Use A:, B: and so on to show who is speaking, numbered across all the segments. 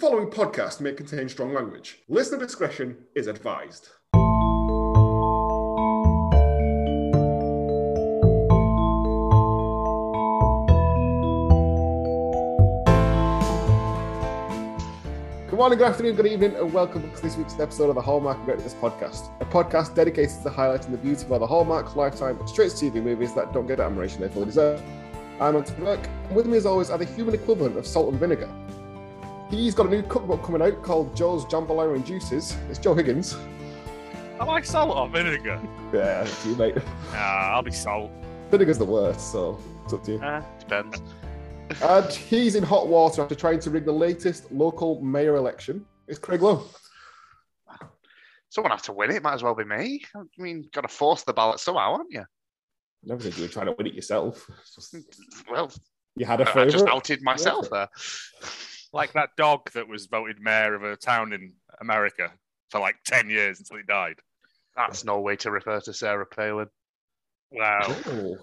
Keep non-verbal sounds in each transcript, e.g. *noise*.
A: following podcast may contain strong language. Listener discretion is advised. Good morning, good afternoon, good evening, and welcome to this week's episode of the Hallmark and Greatness Podcast, a podcast dedicated to highlighting the beauty of all the Hallmark, Lifetime, and Straight to TV movies that don't get the admiration they fully deserve. I'm Anthony Burke, and with me as always are the human equivalent of salt and vinegar. He's got a new cookbook coming out called Joe's Jambalaya and Juices. It's Joe Higgins.
B: I like salt or vinegar.
A: Yeah, it's you, mate.
B: Nah, I'll be salt.
A: *laughs* Vinegar's the worst, so it's up to you.
B: Uh, depends.
A: And he's in hot water after trying to rig the latest local mayor election. It's Craig Lowe.
B: Someone has to win it. Might as well be me. I mean, got to force the ballot somehow, aren't you?
A: Never said you were trying to win it yourself. It's just-
B: Well,
A: You had a
B: I I just
A: favourite.
B: outed myself
A: *laughs*
B: there.
C: like that dog that was voted mayor of a town in America for like 10 years until he died.
B: That's no way to refer to Sarah Palin.
C: Wow.
A: Oh.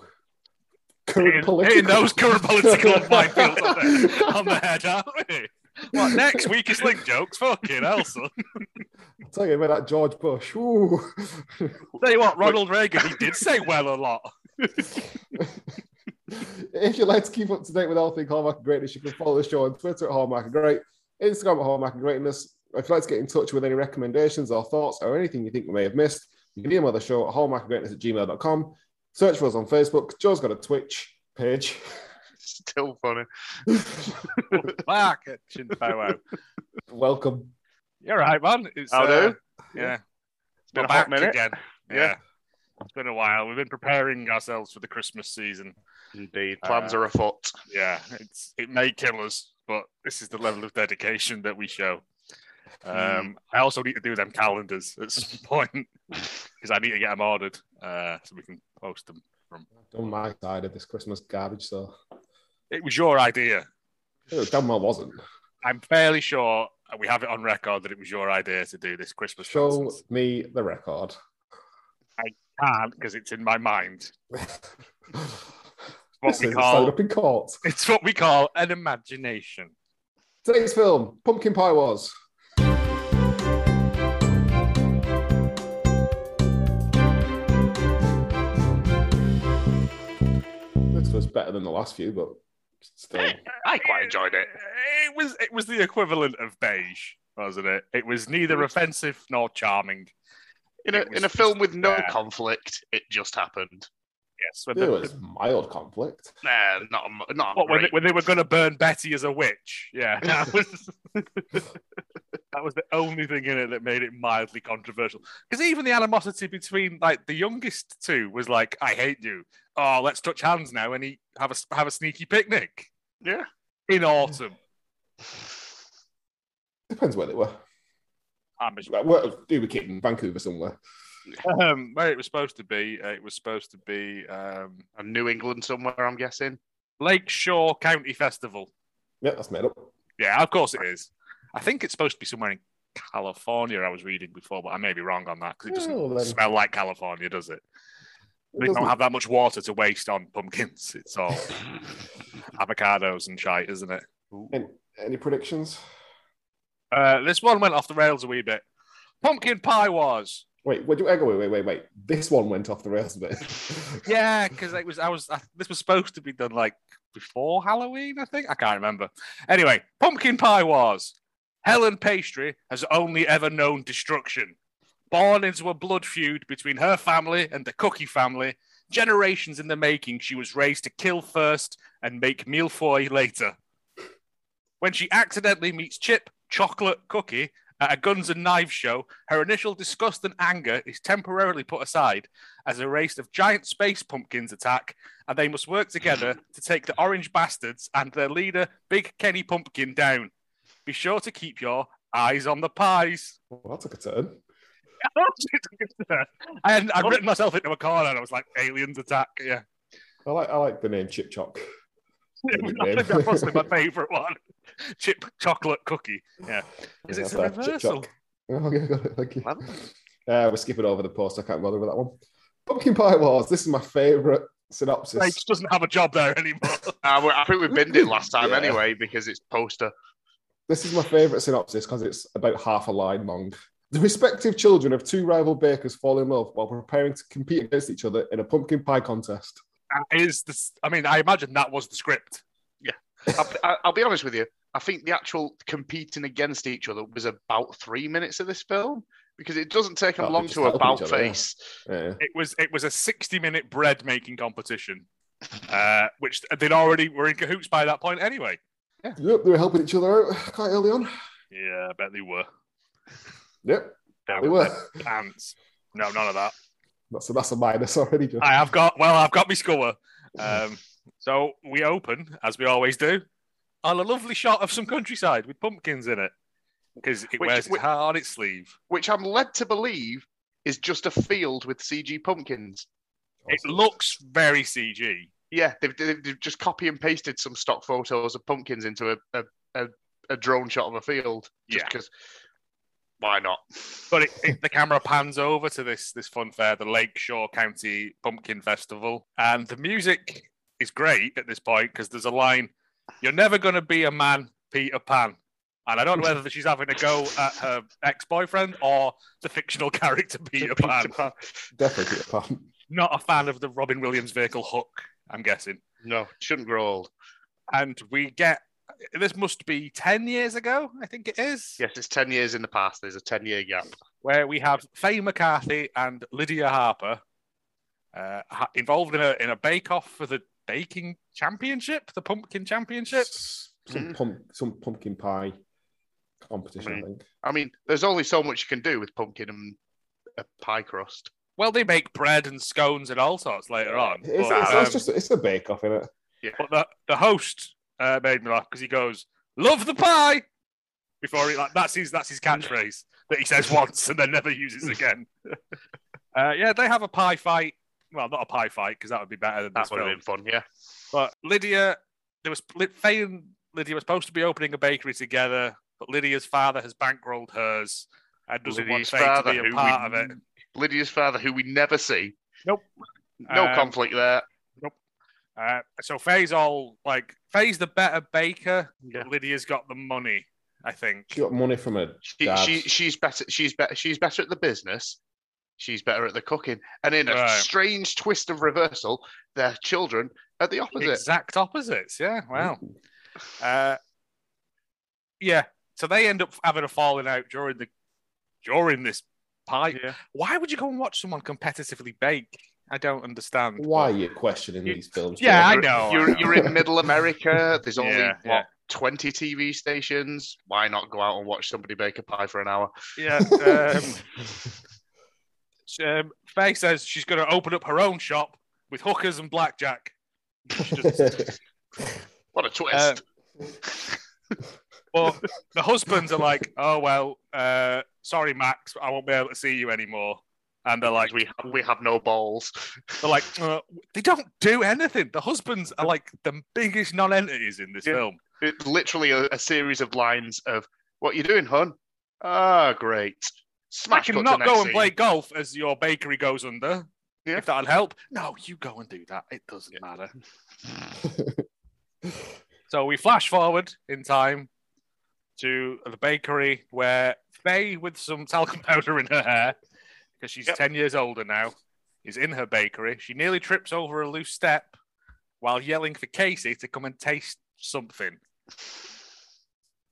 C: Hitting,
A: Current
C: hitting
A: political.
C: those current political minefields on the, on the head, aren't we? What, next? Weakest link jokes? Fucking hell, son.
A: I'll *laughs* tell you about that George Bush. Ooh. *laughs*
C: Tell you what, Ronald Reagan, he did say well a lot.
A: if you'd like to keep up to date with all things Hallmark and Greatness, you can follow the show on Twitter at Hallmark and Great, Instagram at Hallmark and Greatness. If you'd like to get in touch with any recommendations or thoughts or anything you think we may have missed, you can email the show at hallmarkandgreatness at gmail.com. Search for us on Facebook. Joe's got a Twitch page.
B: *laughs*
A: *laughs*
B: Still funny.
C: Mark, Chin Powwow.
A: Welcome.
C: You're right, man. It's, uh,
B: How do?
C: Yeah.
B: It's been
C: We're
B: a
C: back
B: hot minute.
C: again.
B: Yeah.
C: Yeah. It's been a while. We've been preparing ourselves for the Christmas season.
B: Indeed. Plans
C: Uh,
B: are afoot.
C: yeah, it's it may kill us, but this is the level of dedication that we show. Um, I also need to do them calendars at some *laughs* point because I need to get them ordered uh, so we can post them.
A: I've done my side of this Christmas garbage, so
C: It was your idea.
A: it damn well wasn't.
C: I'm fairly sure and we have it on record that it was your idea to do this Christmas
A: Show
C: nonsense.
A: me the record. *laughs*
C: can't because it's in my mind. What
A: this
C: we
A: is
C: call-
A: called up in court.
C: It's what we call an imagination.
A: Today's film, Pumpkin Pie Wars. This was better than the last few, but
C: *laughs*
A: still.
B: I quite enjoyed it.
C: It was it was the equivalent of beige, wasn't it? It was neither offensive nor charming.
B: In a,
C: It was
B: in a film
C: just
B: with no
C: there.
B: conflict, it just happened.
C: Yes, when
A: There
C: the-
A: was mild conflict.
B: Nah, not a, mu- not a
C: What, *laughs* when, they,
B: great-
C: when they were going to burn Betty as a witch? Yeah, that was *laughs* that was the only thing in it that made it mildly controversial. Because even the animosity between like the youngest two was like, "I hate you." Oh, let's touch hands now and eat, have a have a sneaky picnic
B: *sighs* Yeah.
C: in autumn.
A: Depends where they were.
C: I'm just-
A: Like, Where, do we kidding? Vancouver somewhere.
C: um, where it was supposed to be, uh, it was supposed to be um,
B: And New England somewhere, I'm guessing.
C: Lakeshore County Festival.
A: Yeah, that's made up.
C: Yeah, of course it is. I think it's supposed to be somewhere in California. I was reading before, but I may be wrong on that because it doesn't
A: Well, Oh, then.
C: smell like California, does it?
A: It
C: They don't
A: doesn't-
C: have that much water to waste on pumpkins. It's
A: *laughs*
C: all avocados and shite, isn't it?
A: Any, any predictions?
C: Uh, this one went off the rails a wee bit. Pumpkin pie was.
A: Wait, wait, wait, wait, wait, wait, wait. This one went off the rails a bit. *laughs*
C: Yeah, because it was. I was. I, this was supposed to be done like before Halloween. I think I can't remember. Anyway, pumpkin pie was. Helen Pastry has only ever known destruction. Born into a blood feud between her family and the Cookie family, generations in the making, she was raised to kill first and make Milfoy later. When she accidentally meets Chip, Chocolate, Cookie at a guns and knives show, her initial disgust and anger is temporarily put aside as a race of giant space pumpkins attack, and they must work together to take the orange bastards and their leader, Big Kenny Pumpkin, down. Be sure to keep your eyes on the pies. *laughs*
A: Well, that took a turn.
C: I had I'd written myself into a corner and I was like, aliens attack. Yeah.
A: I like, I like the name Chip Chock.
C: *laughs* I think that's possibly my favourite one. *laughs* Chip chocolate cookie. Yeah. Is it
A: That's
C: a
A: that, chip
C: reversal?
A: chock. *laughs* Oh, yeah, got it. Thank you.
B: Clever.
A: Uh, we're skipping over the post. I can't bother with that one. Pumpkin Pie Wars. This is my favourite synopsis.
C: It doesn't have a job there anymore. *laughs*
B: Uh, we- I think we binned it last
A: *laughs*
B: time
A: Yeah.
B: anyway because it's poster.
A: This is my favourite synopsis because it's about half a line long. The respective children of two rival bakers fall in love while preparing to compete against each other in a pumpkin pie contest.
C: That is this. I mean, I imagine that was the script.
B: I'll, I- I'll be honest with you. I think the actual competing against each other was about three minutes of this film because it doesn't take
A: Oh,
B: them
A: they
B: long
A: just
B: to
A: help each
B: about
A: other, yeah.
B: face.
A: Yeah.
C: It was it was a sixty-minute bread-making competition, uh, which they'd already were in cahoots by that point anyway.
A: Yep, they were helping each other out quite early on.
C: Yeah, I bet they were.
A: Yep,
C: Down
A: they
C: with
A: were.
C: their Pants. No, none of that.
A: That's a, that's a *laughs* minus already. John.
C: I have got well, I've got my score. Um, so we open as we always do on a lovely shot of some countryside with pumpkins in it because it
B: Which-
C: wears its
B: which-
C: heart on its sleeve.
B: which I'm led to believe is just a field with CG pumpkins.
C: It looks very CG.
B: Yeah, they've, they've, they've just copy and pasted some stock photos of pumpkins into a a, a, a drone shot of a field. Just
C: Yeah.
B: because why not?
C: But it, it, the camera pans over to this this fun fair, the Lakeshore County Pumpkin Festival, and the music is great at this point because there's a line: "You're never going to be a man, Peter Pan." And I don't know whether she's having a go at her ex-boyfriend or the fictional *laughs* character Peter Pan.
B: *laughs*
A: Definitely Peter Pan.
C: Not a fan of the Robin Williams vehicle hook, I'm guessing.
B: No, shouldn't grow old.
C: And we get this must be ten years ago, I think it is.
B: Yes, it's ten years in the past. There's a ten-year gap.
C: where we have Faye McCarthy and Lydia Harper uh, ha- involved in a in a bake off for the baking championship, the pumpkin championship.
A: Some, pump, some pumpkin pie competition, I
B: Right.
A: think.
B: I mean, there's only so much you can do with pumpkin and a pie crust.
C: Well, they make bread and scones and all sorts later on.
A: It's, it's,
C: but,
A: it's,
C: um,
A: just it's a bake off, innit?
C: but the the host uh, made me laugh because he goes, "Love the pie," before he like that's his that's his catchphrase that he says once and then never uses again. uh, yeah, they have a pie fight. Well, not a pie fight because that would be better than
B: That
C: this
B: would have
C: film.
B: been fun. Yeah,
C: But Lydia, there was Faye and Lydia were supposed to be opening a bakery together, but Lydia's father has bankrolled hers and doesn't
B: Lydia's
C: want Faye to
B: father,
C: be a
B: who
C: part of
B: we-
C: it.
B: Lydia's father, who we never see.
C: Nope.
B: No
C: Um,
B: conflict there.
C: Uh, so Faye's all like, Faye's the better baker.
B: Yeah.
C: But Lydia's got the money, I think.
A: She got money from her
B: She,
A: dad.
B: she she's better she's better she's better at the business. She's better at the cooking. And in a
C: Right.
B: strange twist of reversal, their children are the opposite.
C: Exact opposites. Yeah. Wow. Uh, yeah. So they end up having a falling out during the during this pipe.
B: Yeah.
C: Why would you go and watch someone competitively bake? I don't understand.
A: Why are you questioning
B: You-
A: these films?
C: Yeah, I
A: John?
B: You're-
C: know, I
B: You're,
C: know.
B: you're in middle America. There's only
C: Yeah,
B: what,
C: yeah.
B: 20 TV stations. Why not go out and watch somebody bake a pie for an hour?
C: Yeah.
A: *laughs*
C: Um, sh- um, Faye says she's going to open up her own shop with hookers and blackjack. Which just-
B: *laughs*
C: Uh,
B: What a twist.
C: but the husbands are like, "Oh well, uh, sorry, Max, I won't be able to see you anymore." And they're like,
B: we have, we have no balls.
C: "They're like, uh, they don't do anything." The husbands are like the biggest non-entities in this
B: Yeah.
C: film.
B: It's literally a, a series of lines of what you doing, hun? Ah, great.
C: I
B: Smash.
C: can
B: cut to
C: not
B: next
C: go and
B: scene.
C: play golf as your bakery goes under.
B: Yeah.
C: If that'll help, no, you go and do that. It doesn't
B: Yeah.
C: matter. So we flash forward in time to the bakery where Faye, with some talcum powder in her hair, because she's
B: Yep.
C: 10 years older now, is in her bakery. She nearly trips over a loose step while yelling for Casey to come and taste something.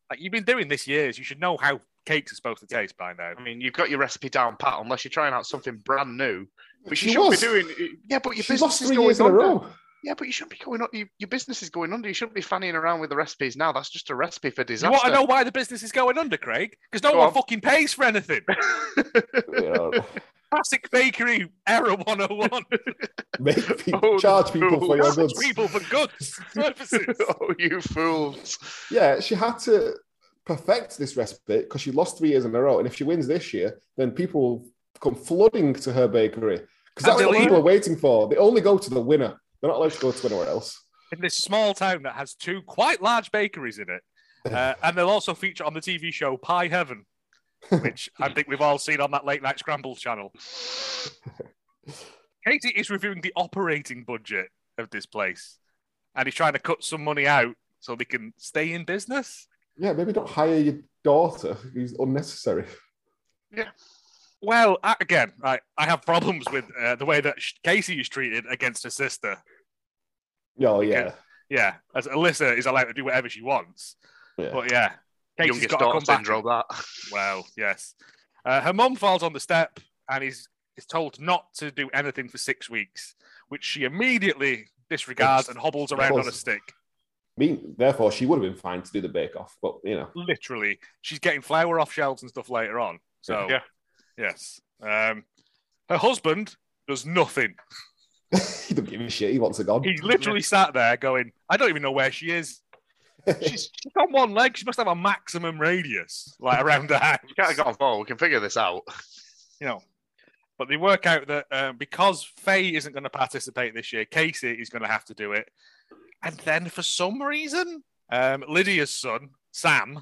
C: Like, you've been doing this years. You should know how cakes are supposed to taste by now.
B: I mean, you've got your recipe down pat, unless you're trying out something brand new. But you
A: She
B: shouldn't
A: was.
B: be doing. Yeah, but your
A: she
B: business
A: lost
B: is
A: three
B: going
A: years in a
B: under.
A: row.
B: Yeah, but you shouldn't be going on. Your, your business is going under. You shouldn't be fannying around with the recipes now. That's just a recipe for
C: You want
B: disaster.
C: to know why the business is going under, Craig? Because no
B: Go
C: one
B: on.
C: fucking pays for anything.
B: *laughs*
A: Yeah.
C: Classic bakery oh error 101.
A: Make people,
B: Oh,
A: charge people for your
B: no.
A: goods.
C: People for goods, services.
B: *laughs* oh, you fools!
A: Yeah, she had to perfect this recipe because she lost three years in a row. And if she wins this year, then people will come flooding to her bakery because that's
C: And
A: what
C: they'll
A: people are waiting for. They only go to the winner. They're not allowed to go to anywhere else.
C: in this small town that has two quite large bakeries in it. Uh, and they'll also feature on the TV show Pie Heaven, which I think we've all seen on that late night scramble channel. Katie is reviewing the operating budget of this place and he's trying to cut some money out so they can stay in business.
A: Yeah, maybe don't hire your daughter who's unnecessary.
C: Well, I- again, I, I have problems with uh, the way that Sh- Casey is treated against her sister.
A: Oh, yeah.
C: Yeah, as Alyssa is allowed to do whatever she wants.
A: Yeah.
C: But yeah, Casey's
B: Youngest
C: got to
B: daughter
C: come back.
B: syndrome. That.
C: Well, yes. Uh, her mum falls on the step and is, is told not to do anything for six weeks, which she immediately disregards and hobbles around on a
A: Hobbles.
C: stick.
A: I mean, therefore, she would have been fine to do the bake off, but you know, *laughs*
C: Literally, she's getting flour off shelves and stuff later on. So,
B: Yeah.
C: yes. Um, her husband does nothing.
A: he don't give a shit. He wants it gone.
C: He's literally sat there going, I don't even know where she
B: *laughs*
C: is. She's, she's on one leg. She must have a maximum radius, like around her house.
B: You can't get on phone. We can figure this out.
C: you know. But they work out that uh, because Faye isn't going to participate this year, Casey is going to have to do it. And then for some reason, um, Lydia's son, Sam,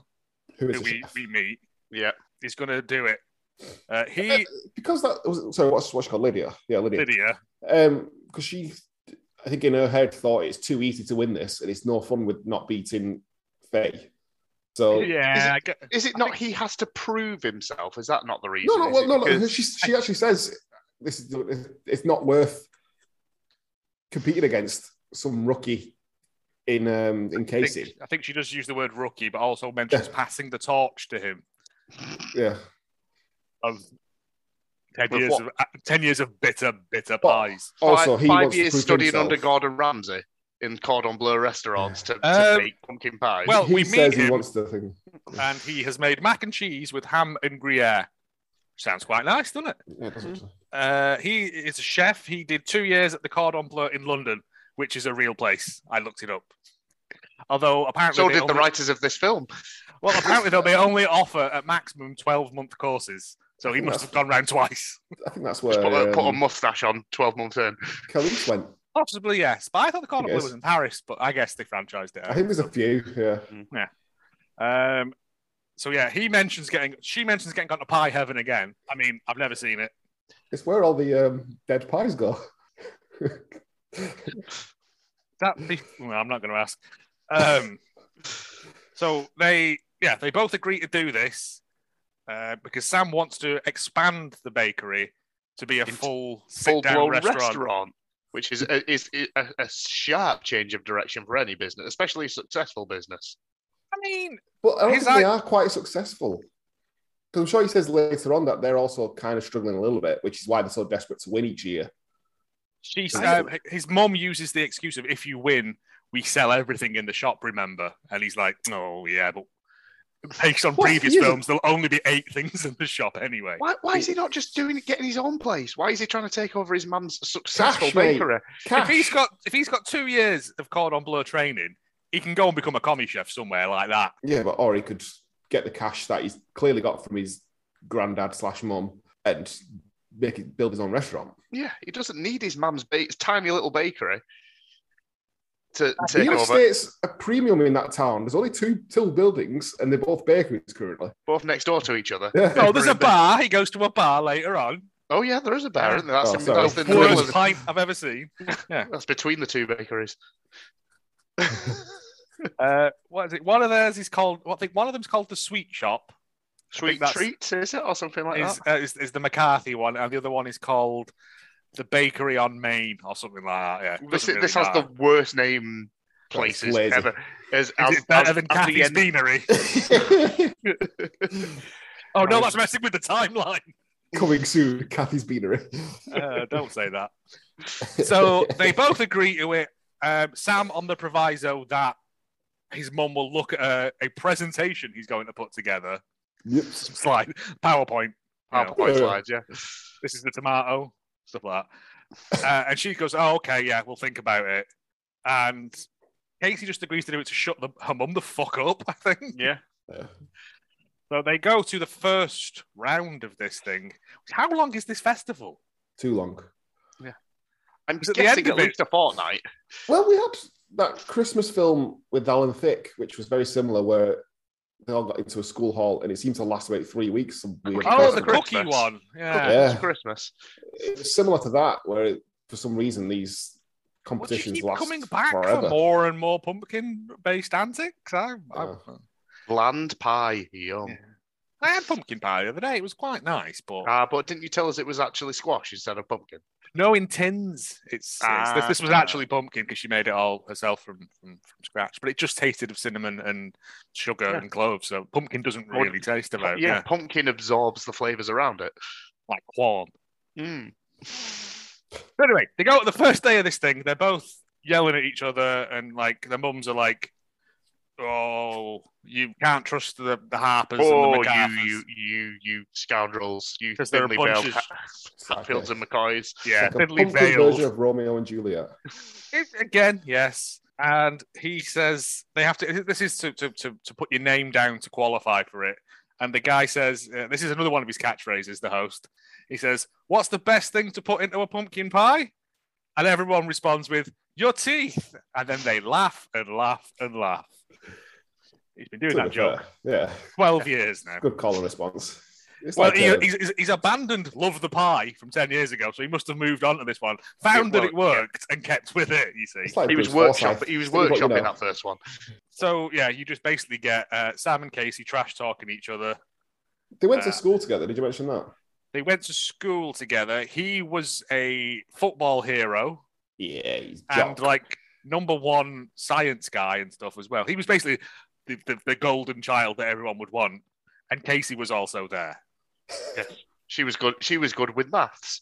A: Who is
C: who
A: a
C: we,
A: chef?
C: we meet,
B: Yeah.
C: is going to do it. Uh,
A: *laughs*
C: he,
A: Because that was sorry, what's what's she called Lydia? Yeah, Lydia.
C: Lydia,
A: Um, because she, I think in her head thought it's too easy to win this, and it's no fun with not beating Faye. So
B: Is it-
C: yeah, I get-
B: Is it not? He has to prove himself. Is that not the reason?
A: no, no,
B: Is
A: well,
B: it
A: no, no.
B: because-
A: She she actually says this is it's not worth competing against some rookie in um in
C: I,
A: Casey.
C: think, I think she does use the word rookie, but also mentions passing the torch to him
A: Yeah,
C: of 10
B: With
C: years
B: what?
C: of, uh, 10 years of bitter, bitter
A: But-
C: pies.
A: Also,
B: five,
A: he
B: five
A: wants to
B: years
A: prove
B: studying
A: himself.
B: under Gordon Ramsay in cordon bleu restaurants to, to
C: Um,
B: make pumpkin pies.
C: well-
A: he
C: we meet
A: says he
C: him.
A: wants the thing.
C: and he has made mac and cheese with ham and Gruyere. Sounds quite nice, doesn't it?
A: Yeah, it doesn't-
C: Uh, he is a chef. He did two years at the Cordon Bleu in London, which is a real place. I looked it up. Although apparently,
B: so
C: they
B: did the
C: only-
B: writers of this film.
C: Well, apparently though they only offer at maximum twelve-month courses. So he must have gone round twice.
A: I think that's
B: Just
A: where
B: put, a, put a
A: um,
B: mustache on 12 months in.
A: Carice went.
C: Possibly yes, but I thought the Cordon Bleu
A: Yes.
C: was in Paris, but I guess they franchised it.
A: I
C: out.
A: think there's a few. Yeah.
C: Um, so yeah, he mentions getting. She mentions getting gone to Pie Heaven again. I mean, I've never seen it.
A: It's where all the um, dead pies go. *laughs*
C: that be- well, I'm not going to ask.
B: *laughs*
C: Um, so they, yeah, they both agree to do this uh, because Sam wants to expand the bakery to be a
B: Into
C: full
B: Full
C: sit-down
B: blown
C: restaurant.
B: restaurant. Which is, a, is a, a sharp change of direction for any business, especially a successful business.
C: I mean,
A: But I don't
C: He's
A: think they are quite successful. Because I'm sure he says later on that they're also kind of struggling a little bit, which is why they're so desperate to win each year.
C: she,
A: I
C: uh, his mom uses the excuse of if you win, we sell everything in the shop. Remember? And he's like, oh yeah, but based on
A: Well,
C: previous
A: he is a-
C: films, there'll only be eight things in the shop anyway.
B: Why, why is he not just doing it, getting his own place? Why is he trying to take over his mum's successful
A: Cash, mate.
B: bakery?
C: If he's
A: Cash.
C: got if he's got two years of cordon bleu training, he can go and become a commie chef somewhere like that.
A: Yeah, but or he could get the cash that he's clearly got from his granddad slash mum and make it, build his own restaurant.
B: Yeah, he doesn't need his mum's ba- tiny little bakery to
A: The
B: take
A: United
B: over.
A: States a premium in that town. There's only two two buildings, and they're both bakeries currently.
B: both next door to each other.
A: Yeah.
C: No, there's a
B: Every bit-
C: bar. He goes to a bar later on.
B: Oh yeah, there is a bar, isn't there? That's,
A: Oh,
B: in-
A: sorry.
B: that's
C: the
B: in the middle of
C: worst
B: the-
C: pint I've ever seen.
B: that's between the two bakeries.
C: Uh, what is it? One of theirs is called. What I think one of them's called the Sweet Shop.
B: Sweet
C: that's-
B: treats, is it, or something like
C: Is,
B: that?
C: uh, is is the McCarthy one, and the other one is called the Bakery on Main or something like that. Yeah, it
B: This,
C: doesn't
B: this
C: really
B: has the
C: matter.
B: worst name places
A: lazy.
B: ever. As,
C: Is
B: as-
C: it better
B: as-
C: than
B: as the
C: Kathy's
B: end-
C: Beanery?
B: *laughs*
C: *laughs* Oh no, that's messing with the timeline.
A: *laughs* Coming soon, Kathy's Beanery.
C: *laughs* Uh, don't say *laughs* that. so they both agree to it. Um, Sam on the proviso that his mum will look at a, a presentation he's going to put together.
A: *laughs* Yep.
C: Slide PowerPoint. you know,
B: PowerPoint
A: Yeah.
B: slides, Oh, yeah.
C: this is the tomato stuff like that. Uh, and she goes, "Oh, okay, yeah, we'll think about it." And Casey just agrees to do it to shut the, her mum the fuck up. *laughs* I think.
B: Yeah.
A: Yeah.
C: So they go to the first round of this thing. How long is this festival?
A: Too long.
B: I'm
C: Is it the
B: guessing
C: end
B: at
C: of
B: least a fortnight.
A: Well, we had that Christmas film with Alan Thicke, which was very similar, where they all got into a school hall and it seemed to last about three weeks. Some weird
C: Oh, the
A: person.
B: Christmas.
C: cookie one. Yeah.
B: It's
A: Yeah.
B: Christmas.
A: It's similar to that, where it, for some reason these
C: Well, do you
A: competitions
C: keep
A: last
C: coming back
A: forever.
C: for more and more pumpkin-based antics. I, I,
A: Yeah.
B: Bland pie, yum.
C: I had pumpkin pie the other day. It was quite nice, but
B: Ah, but didn't you tell us it was actually squash instead of pumpkin?
C: no in tins. It's, it's- this, this was
B: Ah.
C: actually pumpkin because she made it all herself from, from from scratch. But it just tasted of cinnamon and sugar
B: Yeah.
C: and cloves. So pumpkin doesn't
B: Well,
C: really taste
B: Yeah,
C: about yeah.
B: pumpkin absorbs the flavors around it.
C: like corn.
B: Mm.
C: But anyway, they go the first day of this thing. They're both yelling at each other, and like their mums are like, "Oh, you can't trust the, the Harpers and
B: Oh,
C: the
B: you,
C: MacArthurs
B: you, you you scoundrels! You
C: because they're a
B: thinly
C: bunch
B: veiled
C: of
B: ha- Hatfields and McCoys.
C: yeah,
A: Like a
C: thinly
A: pumpkin version
C: veiled.
A: of Romeo and Juliet.
C: It- again, yes. And he says they have to. This is to, to, to, to put your name down to qualify for it. And the guy says, uh, "This is another one of his catchphrases." The host, he says, "What's the best thing to put into a pumpkin pie?" And everyone responds with, "Your teeth." And then they laugh and laugh and laugh. He's been doing
A: To
C: that
A: be
C: joke
A: fair. Yeah,
C: twelve years now.
A: good call and response. It's
C: Well,
A: like,
C: he,
A: uh,
C: he's, he's- he's abandoned Love the Pie from 10 years ago, so he must have moved on to this one. Found that it worked and kept with it, you see.
A: it's like
B: He was
A: Bruce Forsyth.
B: workshop. He was
A: Think about, you
B: workshopping
A: know,
B: that first one.
C: So yeah, you just basically get uh, Sam and Casey trash talking each other.
A: They went
C: uh,
A: to school together. Did you mention that?
C: They went to school together. He was a football hero
A: Yeah, he's
C: and like number one science guy and stuff as well. He was basically the, the, the golden child that everyone would want. And Casey was also there.
B: She was good. She was good with maths.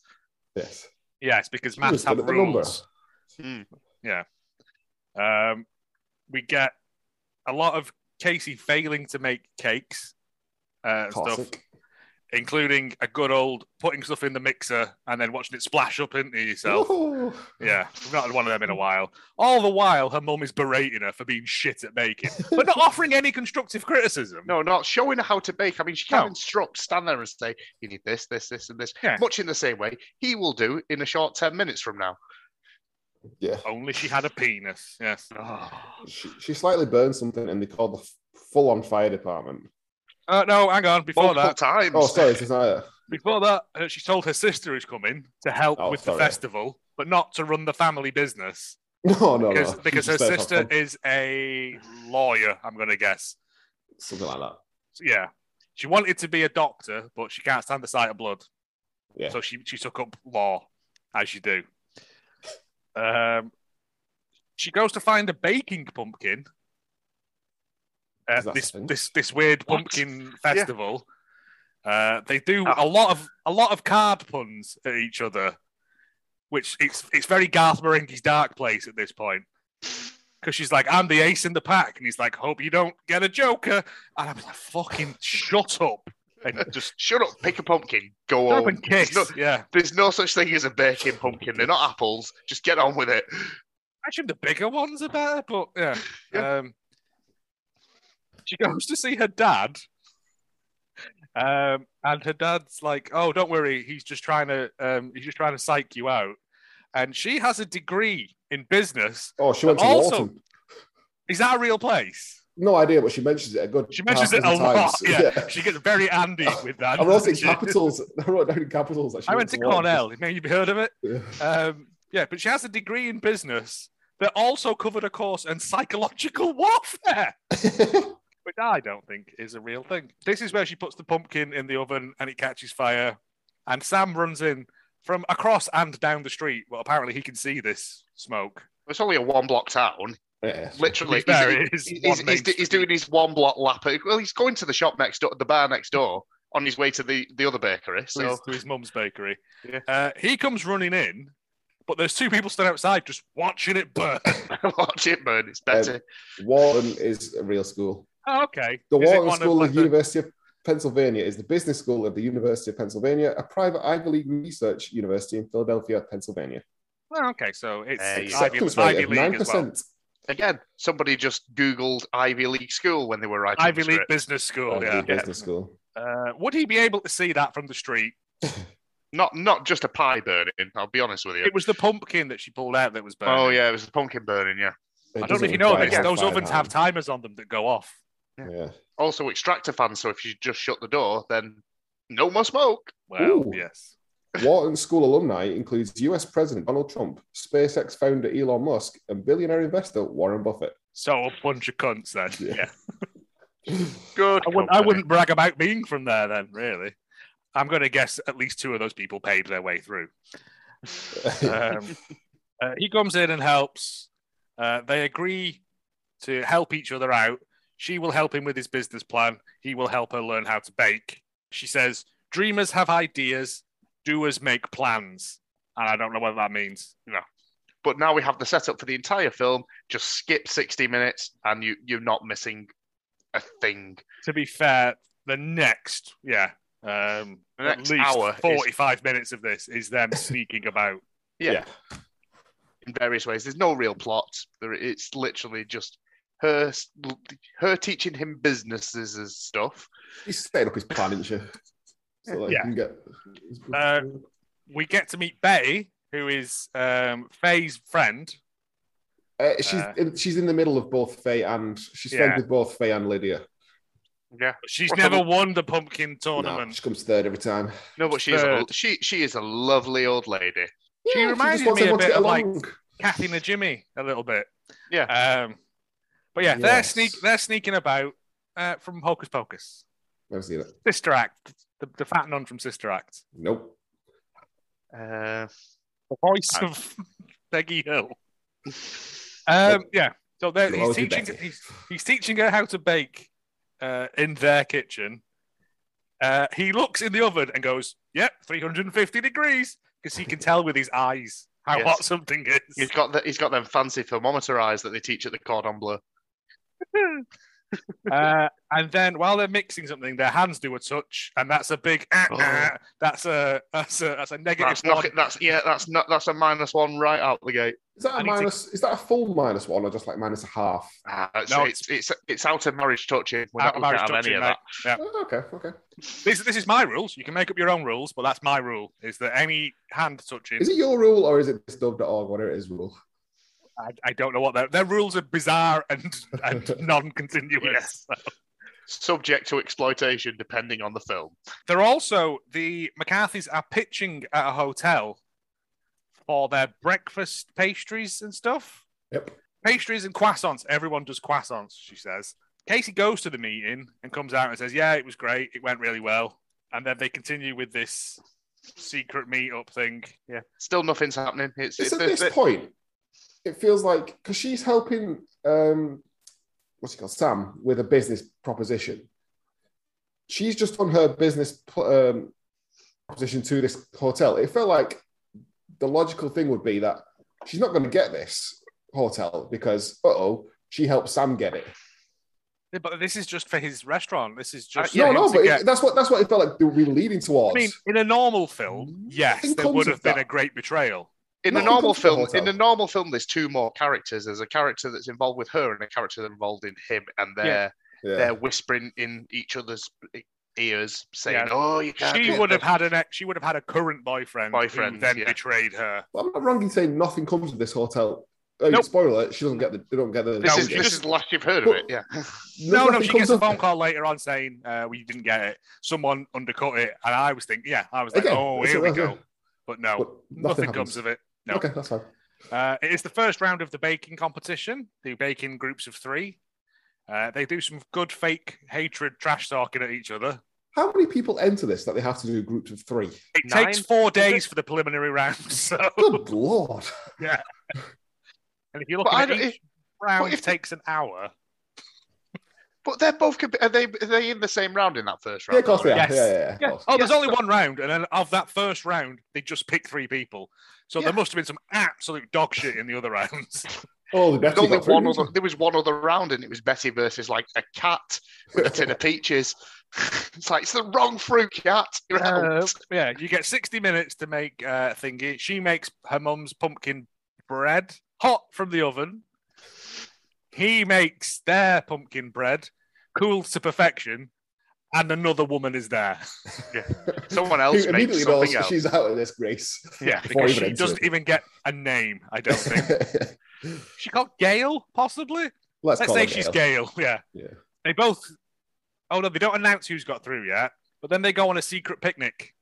A: yes.
C: Yes, because
A: He was
C: maths
A: good
C: have
A: at the number.
C: rules. Um, we get a lot of Casey failing to make cakes uh, and stuff.
A: Classic.
C: including a good old putting stuff in the mixer and then watching it splash up into yourself.
A: Woohoo.
C: Yeah, we've not had one of them in a while. All the while, her mum is berating her for being shit at baking, but not offering any constructive criticism.
B: No, not showing her how to bake. I mean, she can't
C: No.
B: instruct, stand there and say, you need this, this, this, and this.
C: Yeah.
B: Much in the same way he will do in a short 10 minutes
C: *sighs*
B: from now.
A: Yeah.
C: Only she had a penis. Yes.
A: She, she slightly burned something and they called the full on fire department.
C: Uh, no, hang on. Before
B: Multiple
C: that,
B: times.
A: Oh, sorry,
B: *laughs*
A: it's not it.
C: before that, uh, she told her sister who's coming to help
A: Oh,
C: with
A: sorry.
C: the festival, but not to run the family business
A: *laughs* No, Oh, no,
C: because,
A: no.
C: because her
A: Just have
C: sister
A: fun.
C: is a lawyer. I'm going to guess.
A: Something like that.
C: So, yeah, she wanted to be a doctor, but she can't stand the sight of blood.
A: Yeah.
C: So she she took up law, as you do. Um, she goes to find a baking pumpkin. Uh,
A: Is that
C: this
A: something?
C: this this weird
B: What?
C: pumpkin festival. Uh, they do
B: Ah.
C: a lot of a lot of card puns at each other, which it's it's very Garth Marenghi's dark place at this point. Because she's like, I'm the ace in the pack, and he's like, hope you don't get a joker. And I'm like, fucking shut up and just
B: Shut up, pick a pumpkin, go
C: shut up
B: on.
C: and kiss.
B: There's no,
C: yeah,
B: there's no such thing as a baking pumpkin. They're not apples. Just get on with it.
C: I assume the bigger ones are better, but yeah.
B: Yeah.
C: Um, she goes to see her dad. Um, and her dad's like, "Oh, don't worry. He's just trying to, um, he's just trying to psych you out." And she has a degree in business.
A: Oh, she went to
C: Also-
A: Walton.
C: Is that a real place?
A: No idea, but she mentions it a good.
C: She mentions
A: half
C: it a
A: dozen
C: lot.
A: times.
C: Yeah. she gets very handy with
A: *laughs*
C: that.
A: I wrote it in
C: She-
A: capitals. *laughs* I wrote down in capitals. that she
C: I went to
A: Walton.
C: Cornell. Maybe you've heard of it.
A: Yeah.
C: Um, yeah, but she has a degree in business that also covered a course in psychological warfare, which I don't think is a real thing. This is where she puts the pumpkin in the oven and it catches fire, and Sam runs in from across and down the street. Well, apparently he can see this smoke.
B: It's only a one block town.
A: *laughs* yeah.
B: Literally.
C: To be fair, it is
B: he's, he's-
C: one
B: he's-
C: main
B: he's d- he's
C: street.
B: doing his one block lap. Well, he's going to the shop next door, the bar next door, on his way to the, the other bakery.
C: to
B: So
C: his, to his mum's bakery.
B: Yeah.
C: Uh, he comes running in, but there's two people standing outside just watching it
A: *laughs*
C: burn.
B: *laughs* watch it burn. It's better.
A: Walton is a real school.
C: Oh, okay.
A: The
C: Is it
A: Wharton
C: one of,
A: School
C: like,
A: of, the
C: the-
A: University of Pennsylvania is the business school of the University of Pennsylvania, a private Ivy League research university in Philadelphia, Pennsylvania.
C: Well, Oh, okay, so it's,
B: There
C: it's
B: you go.
C: Ivy,
A: Acceptance rate
C: Ivy
A: of
C: League as well.
A: 9%.
B: Again, somebody just Googled Ivy League school when they were writing
C: Ivy
B: the
C: League
B: script.
C: Business School.
A: Ivy
C: Yeah.
A: League
B: yeah.
A: Business school.
C: Uh, would he be able to see that from the street?
B: Not not just a pie burning. I'll be honest with you.
C: It was the pumpkin that she pulled out that was burning.
B: oh yeah, it was the pumpkin burning. Yeah.
C: I don't know if you know this.
A: it.
C: Those ovens have timers on them that go off.
A: Yeah.
B: Also, extractor fan. So if you just shut the door, then no more smoke.
C: Well,
A: Ooh.
C: yes.
A: Wharton School alumni includes US President Donald Trump, SpaceX founder
C: *laughs*
A: Elon Musk, and billionaire investor Warren Buffett.
C: So a bunch of cunts then.
A: Yeah.
C: Yeah.
B: Good.
C: I wouldn't, I
B: company.
C: wouldn't brag about being from there then, really. I'm going to guess at least two of those people paid their
A: *laughs*
C: way through. Um, uh, he comes in and helps. Uh, they agree to help each other out. She will help him with his business plan. He will help her learn how to bake. She says, Dreamers have ideas, doers make plans. And I don't know what that means. You know,
B: But now we have the setup for the entire film. Just skip 60 minutes and you, you're not missing a thing.
C: to be fair, the next, yeah, um,
B: The
C: at
B: next
C: least
B: hour is-
C: 45 minutes of this is
B: *laughs*
C: them sneaking about.
B: Yeah. in various ways. There's no real plot. There, it's literally just her s- her teaching him businesses and stuff.
A: He's setting up his plan, isn't she? So like,
C: Yeah.
A: you can get...
C: Uh, We get to meet Betty, who is um, Faye's friend.
A: Uh, she's
C: uh,
A: in, she's in the middle of both Faye and she's friends
C: Yeah.
A: with both Faye and Lydia.
B: Yeah.
C: but She's
B: What
C: never
B: about-
C: won the pumpkin
A: No,
C: tournament.
A: she comes third every time.
B: No, but she is a,
C: Third.
B: she she is a lovely old lady.
C: She
A: Yeah, just
C: reminded
A: wants
C: me a
A: everyone to
C: bit
A: get
C: of, like,
A: along.
C: Kathy and Jimmy, a little bit.
B: Yeah.
C: Um, but yeah, they're
A: Yes.
C: sneak they're sneaking about uh, from Hocus Pocus,
A: Never seen it.
C: Sister Act, the, the fat nun from Sister Act,
A: Nope.
B: Uh,
C: the voice
B: Uh,
C: of Peggy Hill. Um, yeah. So they're-
A: You'll
C: he's
A: always be
C: teaching
A: Betty.
C: he's, he's teaching her how to bake uh, in their kitchen. Uh, he looks in the oven and goes, "Yep, 350 degrees," because he can tell with his eyes how
B: Yes.
C: hot something is.
B: he's got the, he's got them fancy thermometer eyes that they teach at the cordon *laughs* bleu.
C: *laughs* uh, and then while they're mixing something, their hands do a touch, and that's a big. "Ah,
B: Oh.
C: ah." that's a that's a that's a negative
B: That's not
C: one.
B: that's yeah that's not that's a minus one right out the gate.
A: Is that
C: I
A: a
C: need to-
A: minus? Is that a full minus one or just like minus a half?
B: Ah, it's,
C: No,
B: it's, it's it's out of marriage touching. We're
C: Out
B: not
C: of
B: looking
C: marriage
B: at any
C: touching,
B: of
C: mate.
B: that.
A: Oh, okay, okay.
C: This, this is my rules. You can make up your own rules, but that's my rule: is that any hand touching
A: Is it your rule or is it disturb.org, whatever it is, rule?
C: I, I don't know what their their rules are bizarre and
B: *laughs*
C: and non-continuous.
B: Yes. Subject to exploitation depending on the film.
C: They're also the McCarthy's are pitching at a hotel for their breakfast pastries and stuff.
A: Yep.
C: Pastries and croissants. Everyone does croissants, she says. Casey goes to the meeting and comes out and says, "Yeah, it was great. It went really well." And then they continue with this secret meetup thing. Yeah.
B: Still nothing's happening. It's,
A: It's
B: it's,
A: at
B: the-
A: this
B: the-
A: point, it feels like because she's helping, um, what's he called, Sam, with a business proposition. She's just on her business pl- um, proposition to this hotel. It felt like the logical thing would be that she's not going to get this hotel because, uh oh, she helped Sam get it.
C: But this is just for his restaurant. This is just
B: yeah,
C: for
A: Uh, no,
C: Uh, him
A: no,
C: to
A: but
C: get-
A: it, that's what that's what it felt like we were leading
C: I
A: towards.
C: mean, in a normal film,
A: Mm-hmm.
C: yes,
A: Nothing
C: there
A: comes
C: would
A: of
C: have been
A: that.
C: a great betrayal.
B: in the
A: Nothing
B: normal
A: comes from the
B: film, in
A: hotel.
B: the normal film, there's two more characters. There's a character that's involved with her and a character that's involved in him, and they're
A: yeah.
B: they're whispering in each other's e, ears,
C: Yeah.
B: saying, "Oh, you can't."
C: She
B: do
C: would have
B: this."
C: had an ex, she would have had a current boyfriend, who
B: Boyfriend,
C: then
B: yeah.
C: betrayed her.
A: Well, I'm not wrong in saying nothing comes of this hotel. Oh,
C: Nope.
A: spoiler alert, she doesn't get the they don't get the
B: This
C: No,
B: is
C: she
B: this
C: just-
B: is the last you've heard of
A: But-
B: it. Yeah, *laughs*
C: No, no,
A: nothing
C: she
A: comes
C: gets a
A: of
C: phone
A: it.
C: call later on saying uh, we didn't get it. Someone undercut it, and I was thinking, yeah, I was like,
A: Again,
C: oh,
A: it's-
C: here we
A: that's-
C: go. But no,
A: But
C: nothing,
A: happens.
C: comes of it. no.
A: Okay, that's fine.
C: Uh, it is the first round of the baking competition. They bake in groups of three. Uh, they do some good fake hatred trash talking at each other.
A: How many people enter this that they have to do groups of
C: *laughs*
A: three?
C: It
B: Nine,
C: takes four
B: it?
C: days for the preliminary round. *laughs* So,
A: Good lord.
C: and if you look
B: but I
C: at
B: don't,
C: each round,
B: if-
C: takes an hour.
B: but they're both. comp- Are they are they in the same round in that first
A: Yeah,
B: round?
A: of course they are.
C: Yes.
A: Yeah, yeah, yeah. of
B: Yeah.
A: course.
C: Oh, there's only one round, and then of that first round, they just pick three people. So
B: Yeah.
C: there must have been some absolute dog shit in the other *laughs* rounds.
A: Oh, the
B: There's only
A: got three,
B: one
A: didn't
B: other. There was one other round, and it was Betty versus like a cat with a tin of peaches. *laughs* it's like it's the wrong fruit, cat. You're *laughs*
C: Uh,
B: out.
C: yeah, you get 60 minutes to make uh, thingy. She makes her mum's pumpkin bread hot from the oven. He makes their pumpkin bread cool to perfection, and another woman is there. *laughs*
A: *laughs*
B: Someone
A: she?
B: else
A: Who
B: makes
A: immediately
B: something
A: knows
B: else.
A: she's out of this grace. *laughs*
C: Yeah,
A: Before
C: because
A: even
C: she
A: into
C: doesn't
A: it.
C: even get a name. I
A: *laughs*
C: don't think she called Gail, possibly.
A: Let's,
C: Let's
A: call
C: say
A: her
C: she's
A: Gail.
C: Gail. Yeah.
A: Yeah.
C: They both. Oh no, they don't announce who's got through yet. But then they go on a secret picnic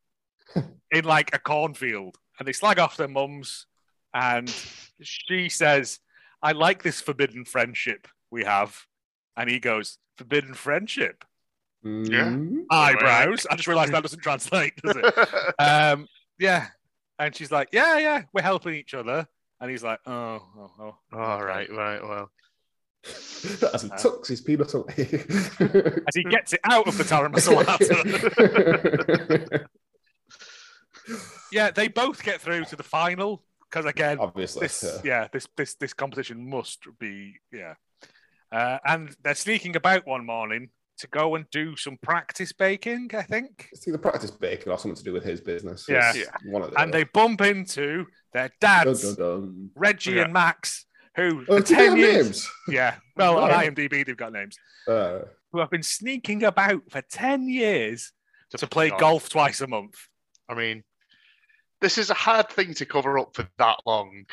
C: in like a cornfield, and they slag off their mums. And she says, "I like this forbidden friendship we have." and he goes, Forbidden friendship.
A: Mm.
C: Eyebrows. I just realized that doesn't translate, does
B: *laughs*
C: it? um, yeah. And she's like, yeah, yeah, we're helping each other. And he's like, oh, oh, oh.
B: All right, right, well.
A: *laughs* That's
C: Uh,
A: a tux, his peanut *laughs* away.
C: As he gets it out of the
A: *laughs*
C: Taramasalata. yeah, they both get through to the final because again,
A: Obviously.
C: this
A: Oh, yeah.
C: yeah, this this this competition must be yeah. Uh, and they're sneaking about one morning to go and do some practice baking, I think.
A: It's either practice baking or something to do with his business.
C: Yeah.
A: It's One of the
C: And they
A: other.
C: bump into their
A: Dun, dun,
C: dads,
A: dun.
C: Reggie
B: Yeah.
C: and Max, who
A: Oh,
C: for
A: do they
C: ten
A: have
C: years,
A: names?
C: yeah, well, on
A: Right.
C: IMDb they've got names,
A: Uh,
C: who have been sneaking about for ten years to play golf twice a month.
B: I mean, this is a hard thing to cover up for that
A: *laughs*
B: long.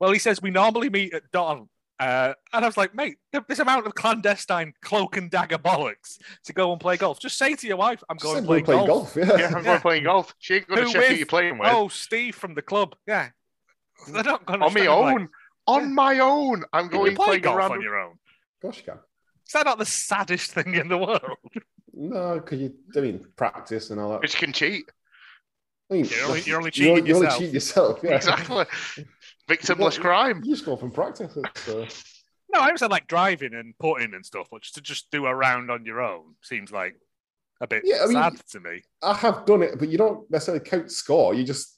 C: Well, he says we normally meet at dawn. Uh, and I was like, mate, th- this amount of clandestine cloak and dagger bollocks to go and play golf. Just say to your wife, I'm
A: Said
C: going to play
A: we'll play
C: golf.
A: golf.
B: Yeah,
A: Yeah.
B: I'm going playing golf. She ain't going
C: Who
B: to check who
C: with?
B: you're playing with.
C: Oh, Steve from the club. Yeah. They're not going to
B: on my own. on my own. I'm
C: Like, you
B: going
C: play
B: playing
C: golf
B: around.
C: on your own.
A: Gosh, you can.
C: Is that not the saddest thing in the world?
A: No, because you, I mean, practice and all that.
B: Which can cheat.
A: I mean,
C: *laughs* You're only-
A: *laughs*
C: you're only
A: you
C: cheating
A: only
C: yourself.
A: cheat yourself. Yeah. *laughs*
B: Exactly. Victimless
A: Yeah.
B: crime.
A: You just go from practice. It's, uh,
C: No, I was like driving and putting and stuff, but just to just do a round on your own seems like a bit
A: Yeah, I mean-
C: sad to me.
A: I have done it, but you don't necessarily count score. You just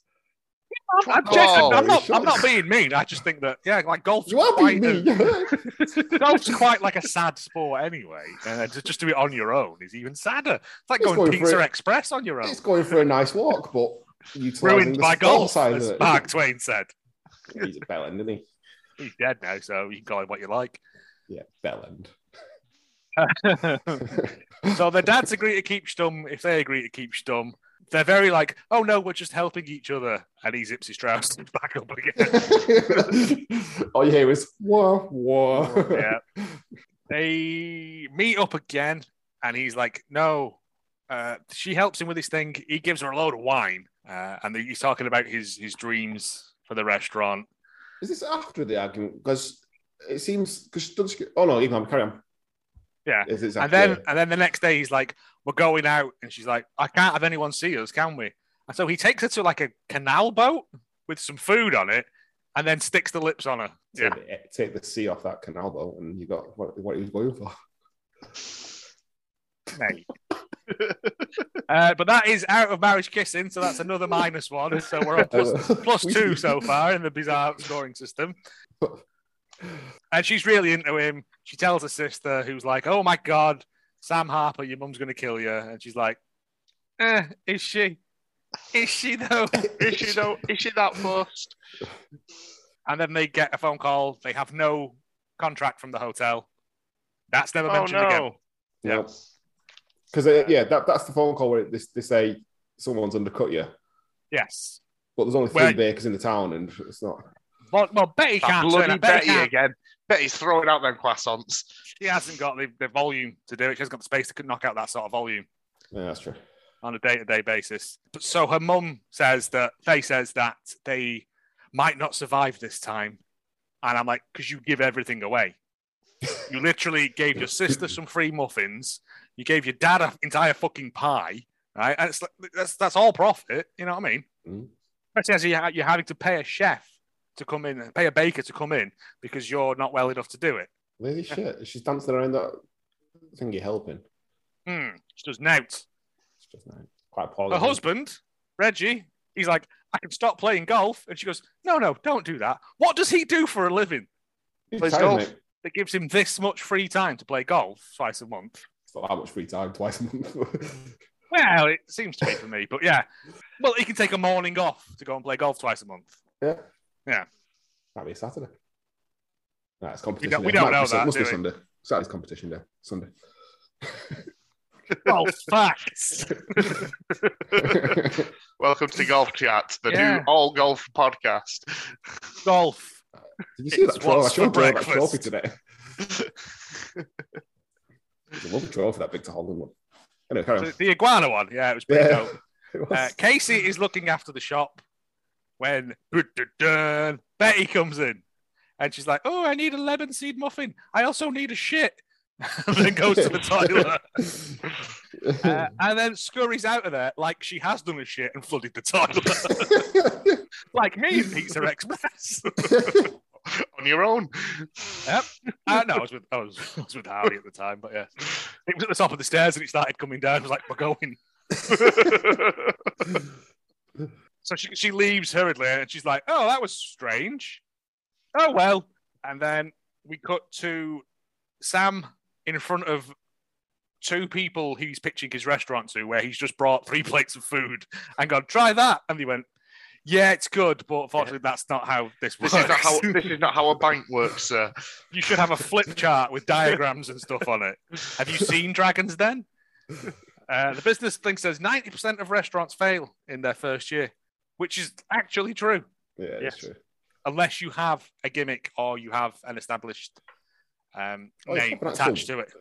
C: I'm,
B: Oh,
C: joking. I'm not,
A: sure.
C: I'm not being mean. I just think that, yeah, like golf's
A: you are
C: quite
A: beating
C: a-
A: me.
C: golf's quite like a sad sport anyway, and uh, to just do it on your own is even sadder. It's like
A: It's
C: going
A: going for
C: Pizza
A: it.
C: Express on your own.
A: *laughs* it's going for a nice walk, but utilising
C: Ruined
A: the
C: by
A: sport
C: golf,
A: side of
C: as
A: it.
C: Mark Twain said.
A: He's at Bellend, isn't he?
C: He's dead now, so you can call him what
A: *laughs*
C: you like.
A: Yeah,
C: *laughs*
A: Bellend.
C: so their dads agree to keep stum. If they agree to keep stum, they're very like, oh no, we're just helping each other. And he zips his trousers *laughs* back up again.
A: *laughs* All you hear is whoa, whoa.
C: yeah. They meet up again, and he's like, "No." Uh, she helps him with his thing. He gives her a load of wine, uh, and he's talking about his his dreams for the restaurant.
A: Is this after the argument? Because it seems because oh no, even I'm carry on.
C: Yeah.
A: Is it
C: And then and then the next day, he's like, "We're going out," and she's like, "I can't have anyone see us, can we?" And so he takes her to like a canal boat with some food on it, and then sticks the lips on her.
A: take, the, take the sea off that canal boat, and you got what, what he was going for.
C: mate. *laughs* uh, but that is out of marriage kissing, so that's another minus one. So
A: *laughs*
C: we're on plus
B: *laughs*
C: plus two so far in the bizarre scoring system. And she's really into him. She tells her sister, who's like, "Oh my god, Sam Harper, your mum's gonna kill you," and she's like, eh, "Is she? Is she
B: *laughs*
C: though?"
B: Is she though? Is she that first?
C: And then they get a phone call. They have no contract from the hotel. That's never
B: Oh
C: mentioned again.
B: no.
A: Yeah. Because uh, yeah, that, that's the phone call where they, they say someone's undercut you,
C: Yes.
A: but there's only three
C: Where-
A: bakers in the town, and it's not.
C: Well, well Betty
B: That
C: can't. turn
B: bloody
C: up. Betty
B: Betty
C: can't
B: again. Betty's throwing out them
A: *laughs*
B: croissants.
C: she hasn't got the, the volume to do it. She hasn't got the space to knock out that sort of volume
A: Yeah, that's true.
C: on a day to day basis. But so her mum says that they says that they might not survive this time, and I'm like, because you give everything away. You literally gave your sister some free muffins. You gave your dad an entire fucking pie, right? And it's like, that's that's all profit. You know what I mean?
A: Mm.
C: Especially as you're, you're having to pay a chef to come in, pay a baker to come in because you're not well enough to do it.
A: Lazy shit. She's dancing around that thing you're helping.
C: Hmm. She does nout.
A: It's just like, quite poor.
C: her husband, Reggie, he's like, I can stop playing golf. And she goes, No, no, don't do that. What does he do for a living
A: He's
B: plays
A: tired,
B: golf.
A: mate.
C: that gives him this much free time to play golf twice a month?
A: It's not that much free time twice a month. *laughs*
C: Well, it seems to be for me, but yeah. Well, he can take a morning off to go and play golf twice a month.
A: yeah.
C: Yeah.
A: Might be a Saturday. Nah, it's competition.
C: don't- we
A: day.
C: don't
A: Might be
C: know
A: Sun-
C: that,
A: Must be
C: do we?
A: Sunday. Saturday's competition day.
C: *laughs*
A: Sunday.
C: *laughs*
A: *laughs*
C: Oh, facts.
B: Welcome to Golf Chat, the
C: Yeah.
B: new all golf podcast. *laughs*
C: Golf.
A: Did you see
C: It's
A: that troll? I
C: what's for
A: showed Joe that
C: breakfast.
A: trophy today. It's a lovely trophy, that Victor Holland one. Anyway, carry
C: So
A: on.
C: the iguana one. Yeah, it was pretty
A: Yeah.
C: dope.
A: *laughs* It was.
C: Uh, Casey is looking after the shop when dun-dun-dun, Betty comes in and she's like, Oh, I need a lemon seed muffin. I also need a shit. *laughs* and then goes to the toilet.
A: *laughs*
C: Uh, and then scurries out of there like she has done a shit and flooded the toilet, *laughs* like me in Pizza Express. *laughs*
B: on
A: *laughs*
B: your own.
C: Uh, no, I was with I was, I was with Harry at the time, but yeah, it was at the top of the stairs and it started coming down. I was like, "We're going." So she she leaves hurriedly and she's like, "Oh, that was strange." Oh well. And then we cut to Sam in front of two people he's pitching his restaurant to, where he's just brought three *laughs* plates of food and gone, "Try that," and he went. Yeah, it's good, but unfortunately, that's not how this
B: this
C: works.
B: is not
C: *laughs*
B: how this is not how a bank works, sir.
C: You should have a flip chart with diagrams and stuff on it. Have you seen Dragons *laughs* Den? Uh, the business thing says 90% of restaurants fail in their first year, which is actually true,
A: yeah,
B: Yes.
A: that's true.
C: unless you have a gimmick or you have an established um,
A: Oh, it's
C: name
A: not an
C: attached to it.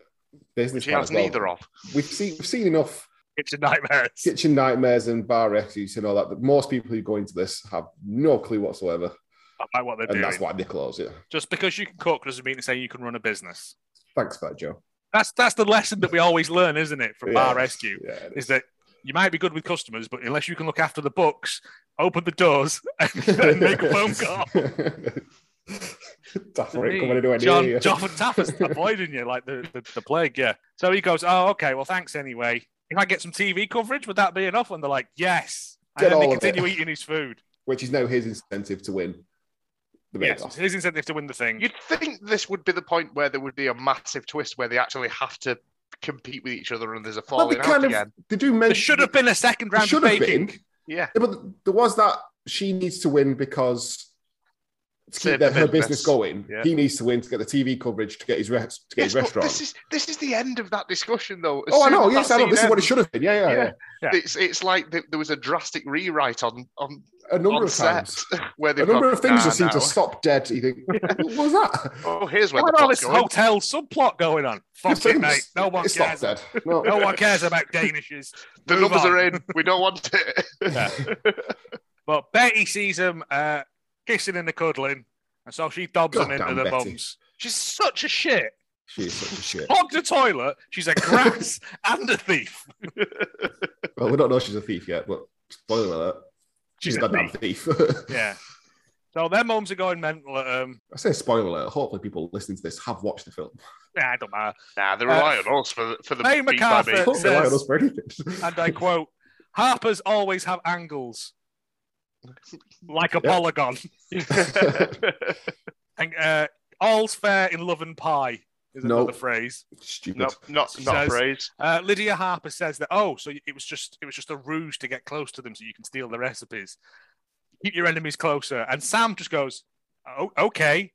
A: Business
B: Which he
A: plan
B: has
A: as well.
B: neither of.
A: We've seen we've seen enough
C: It's
A: *laughs*
C: a nightmare.
A: kitchen nightmares and bar refuse and all that. But most people who go into this have no clue whatsoever,
C: about what they're
A: and
C: doing.
A: that's why they close it.
C: Just because you can cook doesn't mean to say you can run a business.
A: Thanks for that, Joe.
C: That's that's the lesson that we always learn, isn't it, from
A: Yeah.
C: Bar Rescue?
A: Yeah,
C: is that you might be good with customers, but unless you can look after the books, open the doors, *laughs* and, *laughs* and make a phone call.
A: *laughs* That's where it coming into any
C: John,
A: area.
C: John Tapper's avoiding you like the, the, the plague, yeah. So he goes, Oh, okay, well, thanks anyway. If I get some TV coverage, would that be enough? And they're like, Yes. And
A: Get
C: then
A: all
C: they
A: of
C: continue eating his food.
A: which is now his incentive to win the bake
C: Yes. His incentive to win the thing.
B: You'd think this would be the point where there would be a massive twist where they actually have to compete with each other and there's a
A: Well, they
B: falling out
A: kind of
B: again.
A: they do mention
C: There should have been a second
A: there
C: round of
A: should have
C: baking.
A: been,
B: Yeah.
A: Yeah, but there was that she needs to win because to keep
B: Save
A: their,
B: the
A: her
B: business.
A: business going.
C: Yeah.
A: He needs to win to get the TV coverage to get his res- to get his
B: Yes, but
A: restaurant.
B: this is this is the end of that discussion though. As
A: oh, I
B: soon
A: know.
B: as
A: Yes,
B: that
A: I know.
B: scene
A: This is what it
B: ends,
A: should have been. Yeah, yeah, yeah.
B: Yeah. It's it's like th- there was a drastic rewrite on on,
A: A number
B: on
A: of
B: set
A: times.
B: *laughs* where they
A: A number of things just seem to stop dead. You think, what was that?
B: Oh, here's where
C: What
B: the
C: all
B: plot's
C: this
B: going.
C: hotel subplot
A: *laughs*
C: going on? Fuck it, mate. No one
A: it stopped
C: cares.
A: dead. No.
C: No one cares about Danishes.
B: The
C: Move
B: numbers
C: on.
B: are in.
C: *laughs*
B: We don't want it.
C: But Betty sees them uh, kissing and cuddling, and so she dobs them into
A: Goddamn
C: the
A: Betty.
C: bums. She's such a shit.
A: *laughs* She's such a shit.
C: Hogged a toilet. She's
A: *laughs*
C: a grass and a thief.
A: Well, we don't know she's a thief yet, but spoiler alert, she's,
C: She's
A: a
C: a
A: goddamn
C: thief.
A: thief. *laughs*
C: Yeah. So their mums are going mental at um,
A: I say spoiler alert. Hopefully, people listening to this have watched the film.
C: yeah, I don't matter.
B: Nah, they
C: Uh,
B: rely on us for the, for the
C: May
B: beat by
C: MacArthur-
B: beat.
A: Don't rely on
C: says-
A: us for anything.
C: And I quote, Harpers always have angles. Like a
A: Yeah.
C: polygon.
B: *laughs*
C: *laughs* And uh, all's fair in love and pie is
A: No.
C: another phrase.
A: *laughs* Stupid.
B: no, not
C: She
B: not
C: says-
B: praise.
C: *laughs* Uh, Lydia Harper says that oh, so it was just it was just a ruse to get close to them so you can steal the recipes. Keep your enemies closer. And Sam just goes, oh, okay,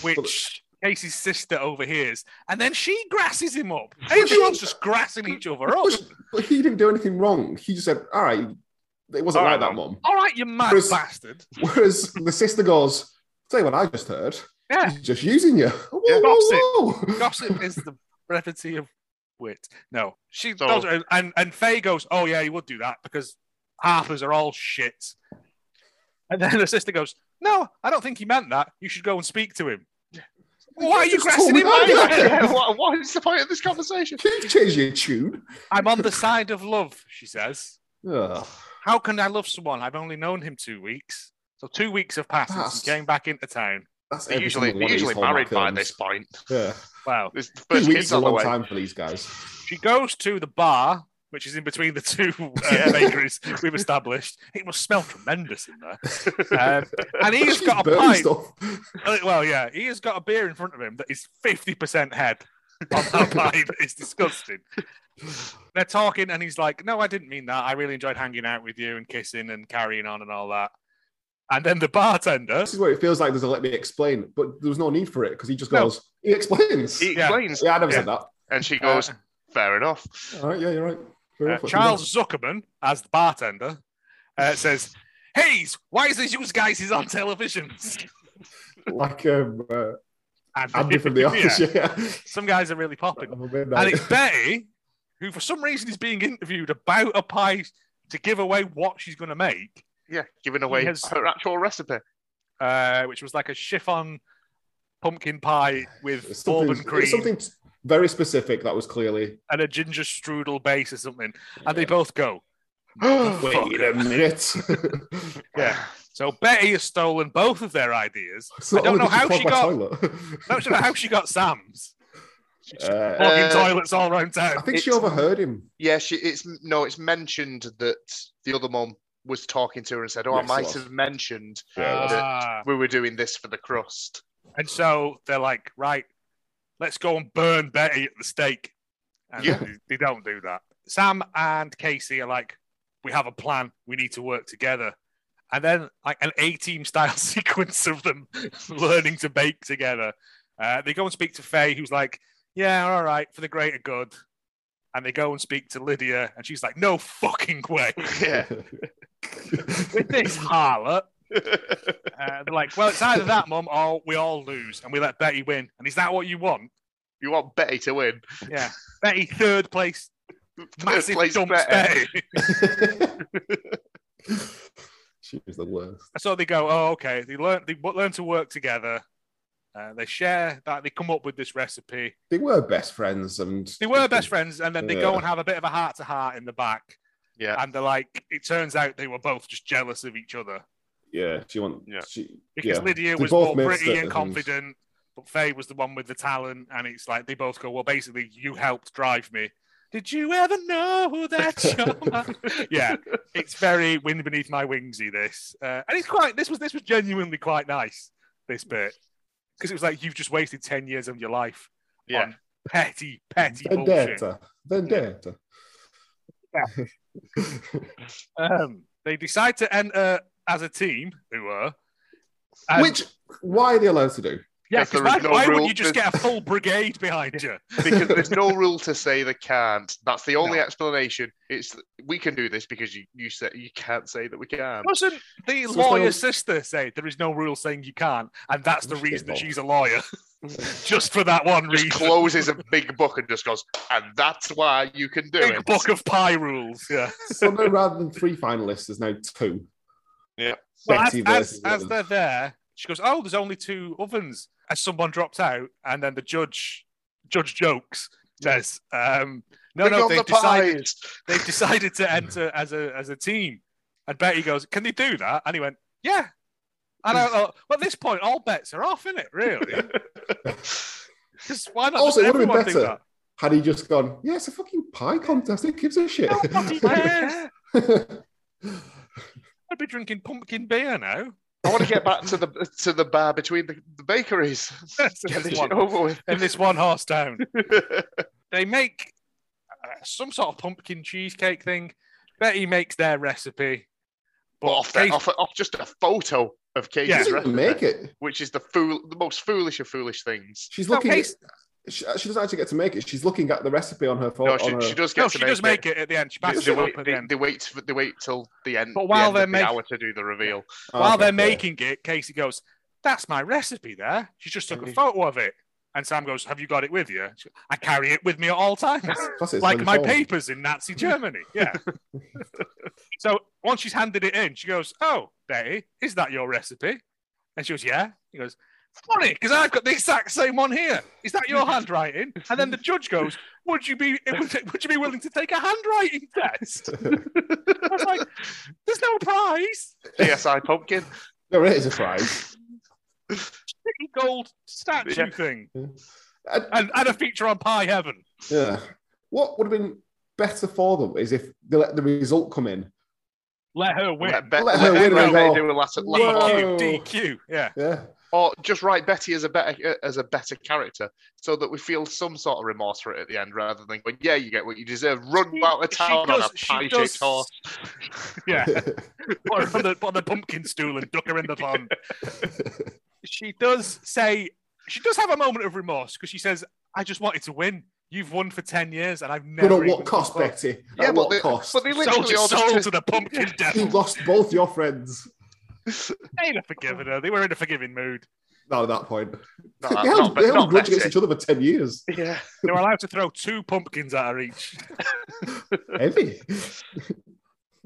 C: which Casey's sister overhears, and then she grasses him up. Everyone's just grassing each other up.
A: But, but he didn't do anything wrong. He just said, "All right, it wasn't
B: All
A: like
B: right,
A: that, mum."
C: All right, you mad
A: Chris-
C: bastard.
A: Whereas the sister goes, "Tell you what, I just heard.
C: Yeah.
A: He's just using you. Whoa,
C: Yeah.
A: whoa, whoa.
C: Gossip is the brevity of wit. No, she
B: So-
C: those are- and and Faye goes, oh yeah, he would do that because Harpers are all shit. And then the sister goes, no, I don't think he meant that. You should go and speak to him. Why are you
A: Just told
C: grassing
A: me
C: him
A: that. *laughs*
C: up?
B: Yeah, what, what is the point of this conversation?
A: You've changed your tune."
C: I'm on the side of love, she says.
A: Ugh.
C: How can I love someone? I've only known him two weeks. So two weeks have passed since
A: Passed.
C: he came back into town.
A: That's
B: They're
A: every
B: usually,
A: single
B: they're
A: one of these
B: usually
A: Hallmark
B: married by
A: films.
B: this point.
A: Yeah,
C: Wow.
B: This the
A: two
B: first
A: weeks is
B: kids
A: a
B: on the
A: long
B: way.
A: time for these guys.
C: She goes to the bar, which is in between the two uh,
B: Yeah.
C: bakeries we've established. It must smell tremendous in
B: Uh,
A: *laughs*
C: there. Um, and he's
A: She's
C: got a
A: burning
C: pipe.
A: stuff.
C: Uh, Well, yeah, he has got a beer in front of him that is 50% head on that pipe. It's disgusting. They're talking, and he's like, No, I didn't mean that. I really enjoyed hanging out with you and kissing and carrying on and all that. And then the bartender, uh,
A: This is where it feels like there's a let me explain, but there was no need for it because he just
C: No.
A: goes, he explains.
B: He
C: Yeah.
B: explains,
A: yeah, I never said that.
B: and she
C: uh,
B: goes, "Fair enough."
A: All right, yeah, you're right. Fair
C: Uh,
A: enough, let me
C: Charles Zuckerman, as the bartender, uh, says, Hayes, why is this you guys is on television?
A: know. *laughs* like um, uh,
C: And-
A: Andy
B: *laughs*
A: from the
C: yeah,
A: office. *laughs* Yeah,
C: Some guys are really popping.
A: Have a good
C: And
A: night.
C: it's Betty, who for some reason is being interviewed about a pie to give away what she's going to make,
B: Yeah, giving away
C: has-
B: her actual recipe.
C: uh, which was like a chiffon pumpkin pie
A: *laughs*
C: with
A: It's something-
C: bourbon cream.
A: It's something Very specific. That was clearly.
C: and a ginger strudel base or something, and they both go. Oh, Fuck.
A: *gasps* Wait a minute.
C: *laughs* Yeah. So Betty has stolen both of their ideas.
A: *laughs* So
C: I don't know
A: did you
C: how
A: plug
C: she
A: my
C: got-
A: toilet.
C: I don't know
A: *laughs*
C: how she got Sam's.
A: Uh,
C: Plugging
B: Uh,
C: toilets all around
A: I
C: town.
A: think she
B: it's-
A: overheard
C: *laughs*
A: him.
B: Yeah, she, it's no, it's mentioned that the other mom was talking to her and said, "Oh,
A: Yes,
B: I might
A: love.
B: have mentioned
A: *laughs* Yeah, that's-
C: Ah.
B: we were doing this for the
C: *laughs*
B: crust."
C: And so they're like, right, let's go and burn Betty at the stake. And
B: Yeah.
C: they- they don't do that. Sam and Casey are like, we have a plan. We need to work together. And then like an A-team style *laughs* sequence of them *laughs* learning to bake together. Uh, they go and speak to Faye, who's like, yeah, all right, for the greater good. And they go and speak to Lydia, and she's like, no fucking way.
B: Yeah,
C: With this harlot. Uh, *laughs* they're like, well, it's either that, mum, or we all lose and we let Betty win. And is that what you want?
B: *laughs* you want Betty to win.
C: Yeah. Betty, third place, *laughs*
B: Third
C: massive
B: place
C: dumps
B: Betty.
C: Betty.
A: she was the worst.
C: *laughs* So they go, oh, okay. They learn, they wo- learn to work together. Uh, they share that. They come up with this recipe.
A: They were best friends, and
C: They were
B: *laughs*
C: best friends, and then they go
A: Yeah.
C: and have a bit of a heart to heart in the back.
B: Yeah.
C: And they're like, it turns out they were both just jealous of each other
A: Yeah, she want.
B: Yeah.
A: she,
C: because
A: yeah.
C: Lydia
A: They
C: was
A: both
C: more
A: made
C: pretty and
A: statements.
C: confident, but Faye was the one with the talent. And it's like they both go, well, basically, you helped drive me. Did you ever know
A: *laughs*
C: that you're my yeah, it's very wind beneath my wingsy. This uh, and it's quite. This was this was genuinely quite nice. This bit because it was like you've just wasted ten years of your life. *laughs*
B: Yeah.
C: on petty, petty bullshit.
A: vendetta, vendetta.
C: Um, they decide to enter as a team. They were.
A: *laughs*
C: And-
A: Which why are they allowed to do?
C: yeah,
B: Yes, there
C: 'cause why,
B: is no
C: why wouldn't
B: rule-
C: you just get a full brigade
B: *laughs*
C: behind you?
B: because there's no rule to say they can't. That's the only
C: No.
B: explanation. It's that we can do this because you you said you can't say that we can.
C: *laughs* Doesn't the
A: So it's
C: lawyer
A: like-
C: sister say there is no rule saying you can't, and that's the
A: Of course
C: reason that
A: there's not.
C: she's a lawyer, just for that one
B: Just
C: reason.
B: closes a big book and just goes, and that's why you can do
C: Big
B: it.
C: book of pie rules. Yeah.
A: So no, rather than three finalists, there's now two.
B: Yeah.
C: Well, as,
A: Betty
C: as,
A: versus
C: as
A: Ellen.
C: they're there, she goes, "Oh, there's only two ovens." And someone drops out, and then the judge, Judge Jokes, says, um, "No,
B: Bring
C: no,
B: on the
C: they've decided
B: pies.
C: they've decided to enter as a as a team." And Betty goes, "Can they do that?" And he went, "Yeah." And
A: Hmm.
C: I thought, well, at this point, all bets are off, isn't it? Really?
A: *laughs*
C: Because why not?
A: Also,
C: just
A: it would've been
C: everyone do
A: better. Had he just gone, yeah, it's a fucking pie contest. Who gives a *laughs* shit?
C: that? Nobody cares. I'd be drinking pumpkin beer now.
B: I want to get back to the to the bar between the, the
C: *laughs*
B: bakeries. Get this shit over with.
C: in this one horse town. *laughs* they make uh, some sort of pumpkin cheesecake thing. Betty makes their recipe.
B: But off, the,
C: Casey-
B: off, off just a photo of Katie's
C: Yeah.
A: She doesn't
B: recipe,
A: even make it.
B: which is the fool, the most foolish of foolish things.
A: She's
C: No,
A: looking. at-
C: Casey-
A: she, she doesn't actually get to make it. She's looking at the recipe on her phone.
B: No, she,
A: on her,
B: she does get
C: no, she
B: to make
C: does
B: it.
C: make it at the end. She
B: They,
C: backs
B: they,
C: it up
B: wait,
C: at
B: they,
C: the end.
B: they wait. They wait till the end.
C: But
B: the
C: while
B: end
C: they're
B: of the
C: making-
B: hour to do
A: *laughs*
B: the reveal. *laughs*
A: Oh,
C: While they're
A: okay, yeah.
C: making it, Casey goes, "That's my recipe." There, she just
A: Mm-hmm.
C: took a
B: Mhm.
C: photo of it. And Sam goes, "Have you got it with you?" She- I carry it with me at all times.
A: Plus it's
C: *laughs* like
A: on
C: my
A: your phone.
C: papers in Nazi Germany.
A: *laughs*
C: Yeah. so once she's handed it in, she goes, Oh, Betty, is that your recipe? And she goes, Yeah. He goes, Funny, because I've got the exact same one here. Is that your handwriting? And then the judge goes, Would you be *laughs* would, would you be willing to take a handwriting test? *laughs* I was like, There's no prize.
B: CSI Pumpkin.
A: There is a prize.
C: Little gold statue
B: Yeah.
C: thing.
A: I-
C: And, and a feature on Pie Heaven.
A: Uh, Yeah. What would have been better for them is if they let the result come in.
C: Let her win.
B: Let, Bet-
A: Let
B: let,
A: her win
B: let
A: and
B: Betty
A: go,
B: do a last, last
A: "Whoa."
B: cue.
A: Oh.
C: DQ. Yeah.
A: Yeah.
B: or just write Betty as a better as a better character, so that we feel some sort of remorse for it at the end, rather than going, "Yeah, you get what you deserve." Run
C: She-
B: out of
C: she
B: town on a
C: does- she
B: pie-shaped
C: does-
B: horse.
A: *laughs*
C: Yeah. put her on the, put her on the pumpkin stool and duck her in
A: *laughs*
C: the pond. she does say she does have a moment of remorse because she says, "I just wanted to win. You've won for ten years, and I've
A: but
C: never."
A: at what
C: even
A: cost,
C: thought-
A: Betty?
B: Yeah,
A: at
B: but
A: what
B: they-
A: cost?
B: But they
C: Sold
B: literally
C: your
B: all just
C: soul to the *laughs* pumpkin
A: you
C: devil.
A: lost both your friends.
C: They'd have forgiven her. They were in a forgiving mood.
A: No, at that point.
B: No,
A: they held,
B: not-
A: they held a
B: not
A: grudge against
B: Betty.
A: each other for 10
B: *laughs*
A: years.
B: Yeah,
C: They were allowed to throw two pumpkins at her each.
A: Heavy. *laughs*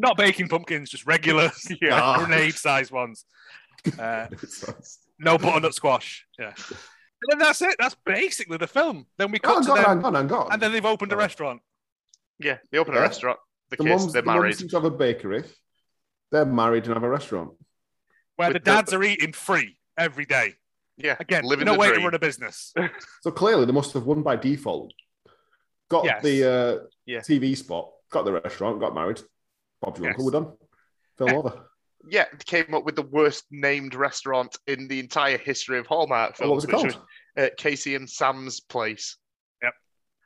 C: Not baking pumpkins, just regular, *laughs*
A: Ah. *laughs*
C: grenade-sized ones. Uh,
A: It's-
C: no butternut squash. Yeah. then that's it. That's basically the film. Then we cut
A: Oh,
C: to
A: God,
C: them,
A: hang on, hang on.
C: and then they've opened a
A: Oh.
C: restaurant.
B: Yeah, they open
A: Yeah.
B: a restaurant. The,
A: the
B: kids,
A: mums,
B: they're
A: the mums
B: married.
A: seem to have a bakery. They're married and have a restaurant.
C: where the
B: With
C: dads are eating free every day.
B: yeah,
C: Again,
B: living
C: no
B: the
C: way
B: dream.
C: to run a
B: *laughs*
C: business.
A: So clearly, they must have won by default. Got
C: Yes.
A: the uh,
B: Yeah.
A: TV spot, got the restaurant, got married. Bob's your
C: Yes.
A: uncle, we're done. Film
C: Yeah.
A: over.
B: yeah, they came up with the worst named restaurant in the entire history of Hallmark
A: Oh,
B: films.
A: what was it
B: which
A: called?
B: uh, Casey and Sam's place.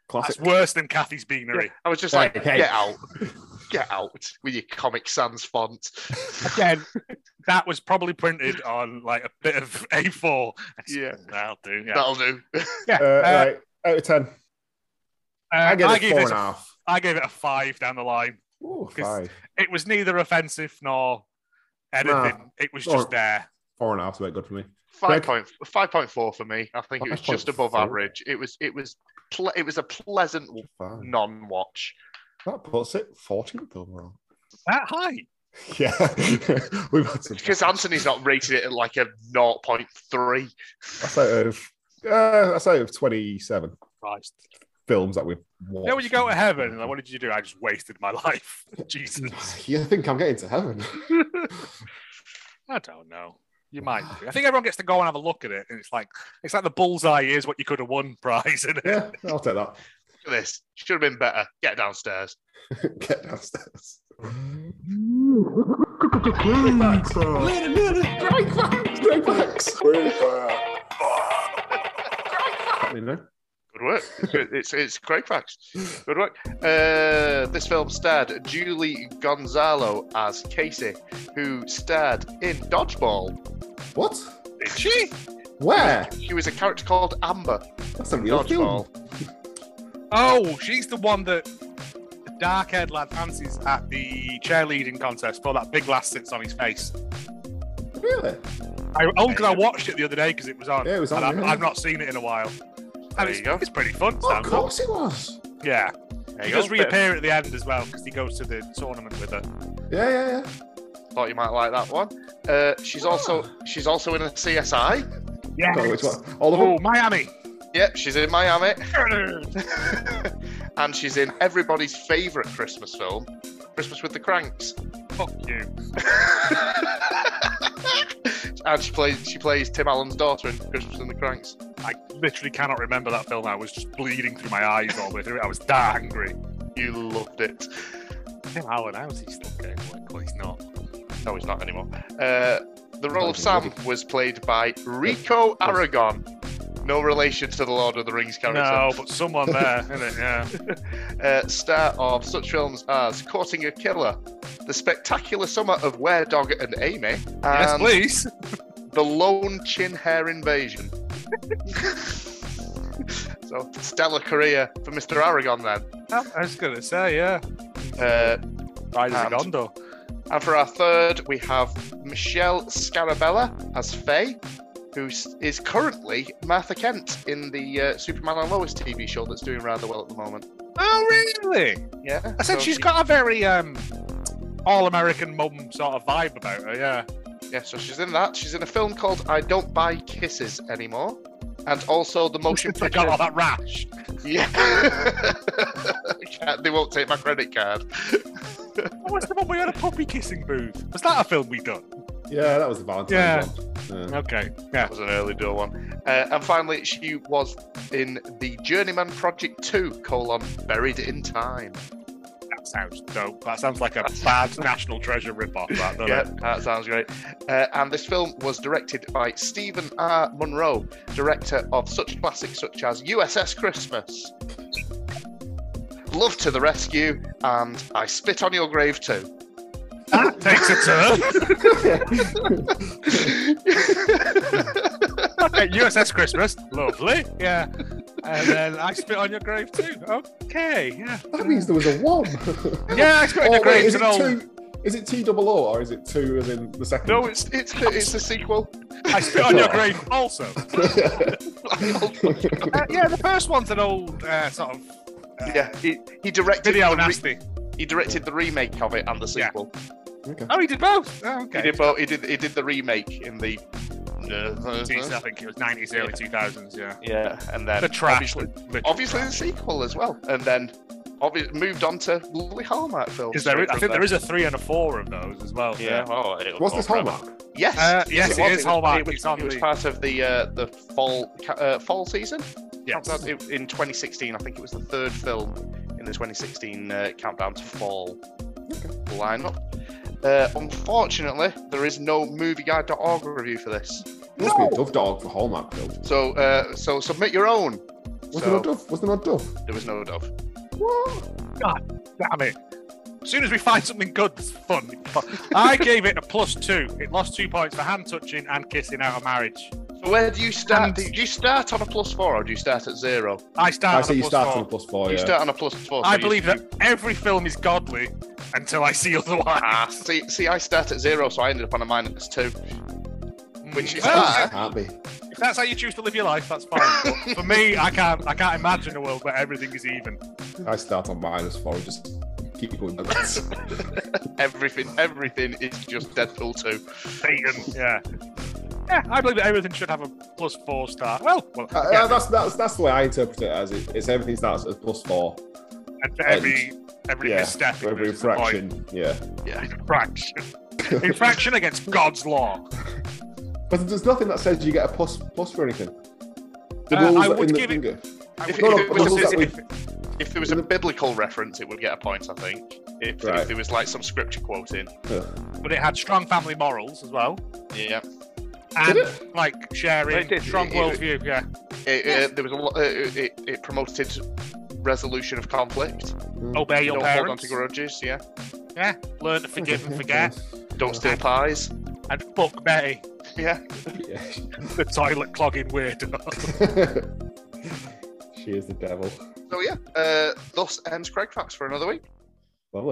A: Classic.
C: That's worse than Kathy's Beanery.
B: I was just
A: Hey,
B: like,
A: hey.
B: get out, get out with your Comic Sans font. *laughs*
C: Again, that was probably printed on like a bit of *laughs* A4.
B: Yeah.
C: that'll do. Yeah.
B: That'll do.
C: Yeah,
A: Uh,
C: uh,
A: right, out of 10.
C: uh,
A: I get it
C: gave
A: four
C: this
A: and a
C: a-
A: half.
C: I gave it a five down the line.
A: Ooh,
C: Because-
A: five.
C: It was neither offensive nor anything.
A: Nah.
C: It was
A: Or-
C: just there.
A: Four and a half's about good for me.
B: Five
A: Greg?
B: point five point four for me. I think it was just above
A: 5.4.
B: average. It was it was ple- it was a pleasant
A: Five.
B: non-watch.
A: That puts it 14th overall.
C: That high.
A: *laughs* Yeah. *laughs* We've had some.
B: Because Anthony's not rated it at like a 0.3.
A: That's out of, uh, that's out of 27
C: Christ.
A: films that we've
C: You
A: watched.
C: know when you go to heaven and like, what did you do? I just wasted my *laughs* life.
B: Mm.
A: *laughs*
C: Jesus.
A: You think I'm getting to
C: *laughs*
A: heaven?
C: I don't know. You might.
B: *sighs*
C: Do. I think everyone gets to go and have a look at it, and it's like it's like the bullseye is what you could have won *laughs* prize. Isn't it?
A: yeah, I'll take that. *laughs*
B: Look at this should have been better. Get downstairs.
A: Get downstairs. You know?
B: Good work. It's good- it's it's great facts. Good work. Uh, this film starred Julie Gonzalo as Casey, who starred in Dodgeball.
A: What?
B: Did she?
A: Where?
B: She was a character called Amber.
A: That's a real film.
C: Oh, she's the one that the dark-haired lad fancies at the cheerleading contest. But that big lass sits on his face.
A: Really?
C: I only 'cause I watched it the other day because it was on.
A: Yeah, it was on,
C: And
A: yeah.
C: I, I've not seen it in a while.
B: There
C: And it's,
B: you go.
C: it's pretty fun.
A: Oh, of
C: Sounds up.
A: course it was.
C: Yeah,
B: There
C: he
B: you
C: does
B: go. Bit of-
C: reappear at the end as well because he goes to the tournament with her.
A: Yeah, yeah, yeah.
B: Thought you might like that one. Uh, she's also she's also in a CSI.
C: Yeah.
A: Sorry, which one? All of them?
C: Oh, Miami.
B: Yep, she's in Miami. *laughs* and she's in everybody's favourite Christmas film, Christmas with the Cranks.
C: *laughs*
B: *laughs*
C: Fuck you.
B: and she plays she plays Tim Allen's daughter in Christmas and the Cranks.
C: I literally cannot remember that film. I was just bleeding through my eyes all the way through it. I was that angry.
B: You loved it.
C: Tim Allen, how is he still going? Well, he's not.
B: No, he's not anymore. Uh, the role of Sam was played by Rico Aragon. No relation to the Lord of the Rings character.
C: No, but someone *laughs* there, isn't it? Yeah.
B: Uh, star of such films as Courting a Killer, The Spectacular Summer of Were Dog and Amy, and
C: yes, please.
B: The Lone Chin Hair Invasion. *laughs* so, stellar career for Mr. Aragon then.
C: I was going to say, yeah.
B: Uh,
C: Riders of
B: And-
C: Gondor.
B: And for our third, we have Michelle Scarabella as Faye, who s- is currently Martha Kent in the uh, Superman and Lois TV show that's doing rather well at the moment.
C: Oh, really?
B: Yeah.
C: I said
B: so
C: she's
B: she-
C: got a very um, all American mum sort of vibe about her, yeah.
B: Yeah, so she's in that. She's in a film called I Don't Buy Kisses Anymore. And also the motion
C: I *laughs*
B: picture.
C: got all that rash.
B: *laughs* yeah. they won't take my credit card.
C: Oh, What's the one we had a puppy kissing booth? Was that a film we done?
A: Yeah, that was the Valentine's
C: Yeah.
A: one. Yeah.
C: Okay. Yeah.
B: That was an early door one. Uh, and finally, she was in the Journeyman Project 2, colon, Buried in Time.
C: That sounds dope. That sounds like a *laughs* bad National Treasure ripoff, that, doesn't
B: Yeah,
C: it?
B: that sounds great. Uh, and this film was directed by Stephen R. Munro, director of such classics such as USS Christmas, Love to the Rescue, and I Spit on Your Grave Too.
C: That Ah, takes a turn. *laughs* Okay, USS Christmas, lovely. Yeah. And then I spit on your grave too. Okay, yeah.
A: *laughs* that means there was a one. *laughs*
C: Yeah, I spit on
A: Oh, wait,
C: your grave
A: is,
C: too.
A: it two, is it T double O or is it two as in the second?
B: no, it's it's it's a sequel.
C: I spit on your grave also.
A: it's.
C: *laughs* Uh, yeah, the first one's an old uh, sort of uh,
B: *laughs* yeah, he, he directed
C: video
B: the re-
C: nasty.
B: he directed the remake of it and the
C: Yeah.
B: sequel.
A: okay.
C: Oh, he did both. Oh, okay.
B: He did both. He did he did the remake in the Uh-huh.
C: I think it was 90s, early 2000s, yeah.
B: Yeah, and then
C: The trash.
B: obviously,
C: literally
B: obviously the
C: trash.
B: sequel as well, and then obvi- moved on to lovely Hallmark films.
C: Is there,
B: straight
C: I
B: from
C: think there is a three and a four of those as well.
B: Yeah. Oh, it'll
A: What's
B: go
A: this
B: forever.
A: Hallmark?
B: Yes.
C: Uh, yes, it
B: was.
C: is
B: was-
C: Hallmark.
B: It was,
C: It's on
B: it was
C: the-
B: part of the uh, the fall ca- uh, fall season.
C: Yes.
B: Countdown- it- in 2016, I think it was the third film in the 2016 uh, Countdown to Fall lineup. Uh, unfortunately, there is no movieguide.org review for this,
A: Must be a dove dog for Hallmark film.
B: so uh, so submit your own.
A: Was there
B: So,
A: no dove? Was there no dove?
B: there was no dove.
A: What?
C: Damn it. As soon as we find something good that's fun, I gave it a plus two. It lost two points for hand touching and kissing out of marriage.
B: So where do you start?
C: And-
B: Do you start on a plus four or do you start at zero?
C: I
A: I
C: start.
A: say
C: on a
A: you
C: plus
A: start
C: four.
A: on a plus four.
B: You
A: Oh, yeah.
B: start on a plus four.
C: I
B: so you-
C: believe that every film is godly until I see *laughs*
B: Ah,
C: otherwise.
B: see, see, I start at zero, so I ended up on a minus two. *laughs* Which is
C: Well,
B: bad.
A: Can't be.
C: if that's how you choose to live your life, that's fine. But for me, I can't. I can't imagine a world where everything is even.
A: I start on minus four and just keep
C: *laughs*
A: going.
B: Everything, everything is just Deadpool two.
C: Satan. Yeah. Yeah, I believe that everything should have a plus four star. Well, well
A: Uh,
C: yeah,
A: uh, that's, that's that's the way I interpret it as it, it's everything starts at plus four.
C: and for every every
A: yeah,
C: misstep, it
A: every
C: loses a point.
A: infraction. Yeah.
C: infraction, infraction against God's law.
A: But there's nothing that says you get a plus plus for anything. The
C: Uh,
A: rules
C: I
A: that- in
C: would
A: the-
C: give it-
A: in the-
C: I
B: If,
C: would-
A: No, no,
B: if, it
A: but
B: was,
A: those
B: if,
A: that we-
B: if, if there was a biblical reference, it would get a point, I think. If,
A: Right.
B: if there was like some scripture quoting.
A: Ugh.
C: but it had strong family morals as well,
B: Yeah.
C: and
A: Did
C: like sharing,
B: It did.
C: strong
B: It- it-
C: worldview. Yeah,
B: It, uh, there was a lot. Uh, it, it promoted resolution of conflict.
C: obey your
B: Don't hold on
C: parents.
B: to grudges. Yeah.
C: Yeah, learn to forgive
A: *laughs*
C: and forget,
B: Don't steal pies.
C: and fuck Betty,
B: Yeah.
A: Yeah.
C: the toilet clogging weirdo.
A: *laughs* she is the devil.
B: So yeah. Uh, thus ends Craig Facts for another week.
A: Lovely.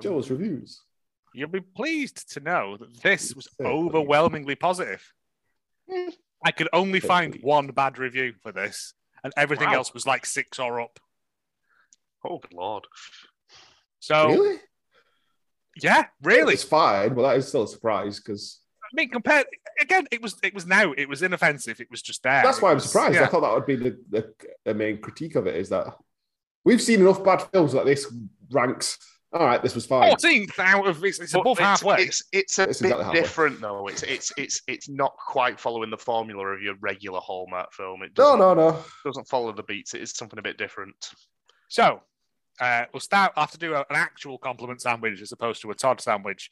A: Joe's reviews.
C: *laughs* You'll be pleased to know that this was
A: Yeah, please.
C: overwhelmingly positive. I could only
A: Yeah,
C: find
A: please.
C: one bad review for this, and everything
B: Wow.
C: else was like six or up.
B: Oh good lord.
C: So
A: Really?
C: yeah, Oh, really.
A: It's fine, but that is still a surprise because
C: I mean, compared again, it was it was now it was inoffensive. It was just there.
A: that's
C: It
A: why I'm
C: was-
A: surprised. I
C: yeah.
A: thought that would be the, the, the main critique of it is that we've seen enough bad films that this ranks. All right, this was fine.
C: Fourteenth out of it's, it's
B: But
C: above halfway.
B: It's it's a
A: It's
B: bit
A: exactly halfway.
B: different though. It's it's it's it's not quite following the formula of your regular Hallmark film. It
A: No,
B: doesn't,
A: no, no.
B: doesn't follow the beats. It is something a bit different.
C: So uh, we'll start. I have to do a- an actual compliment sandwich as opposed to a Todd sandwich.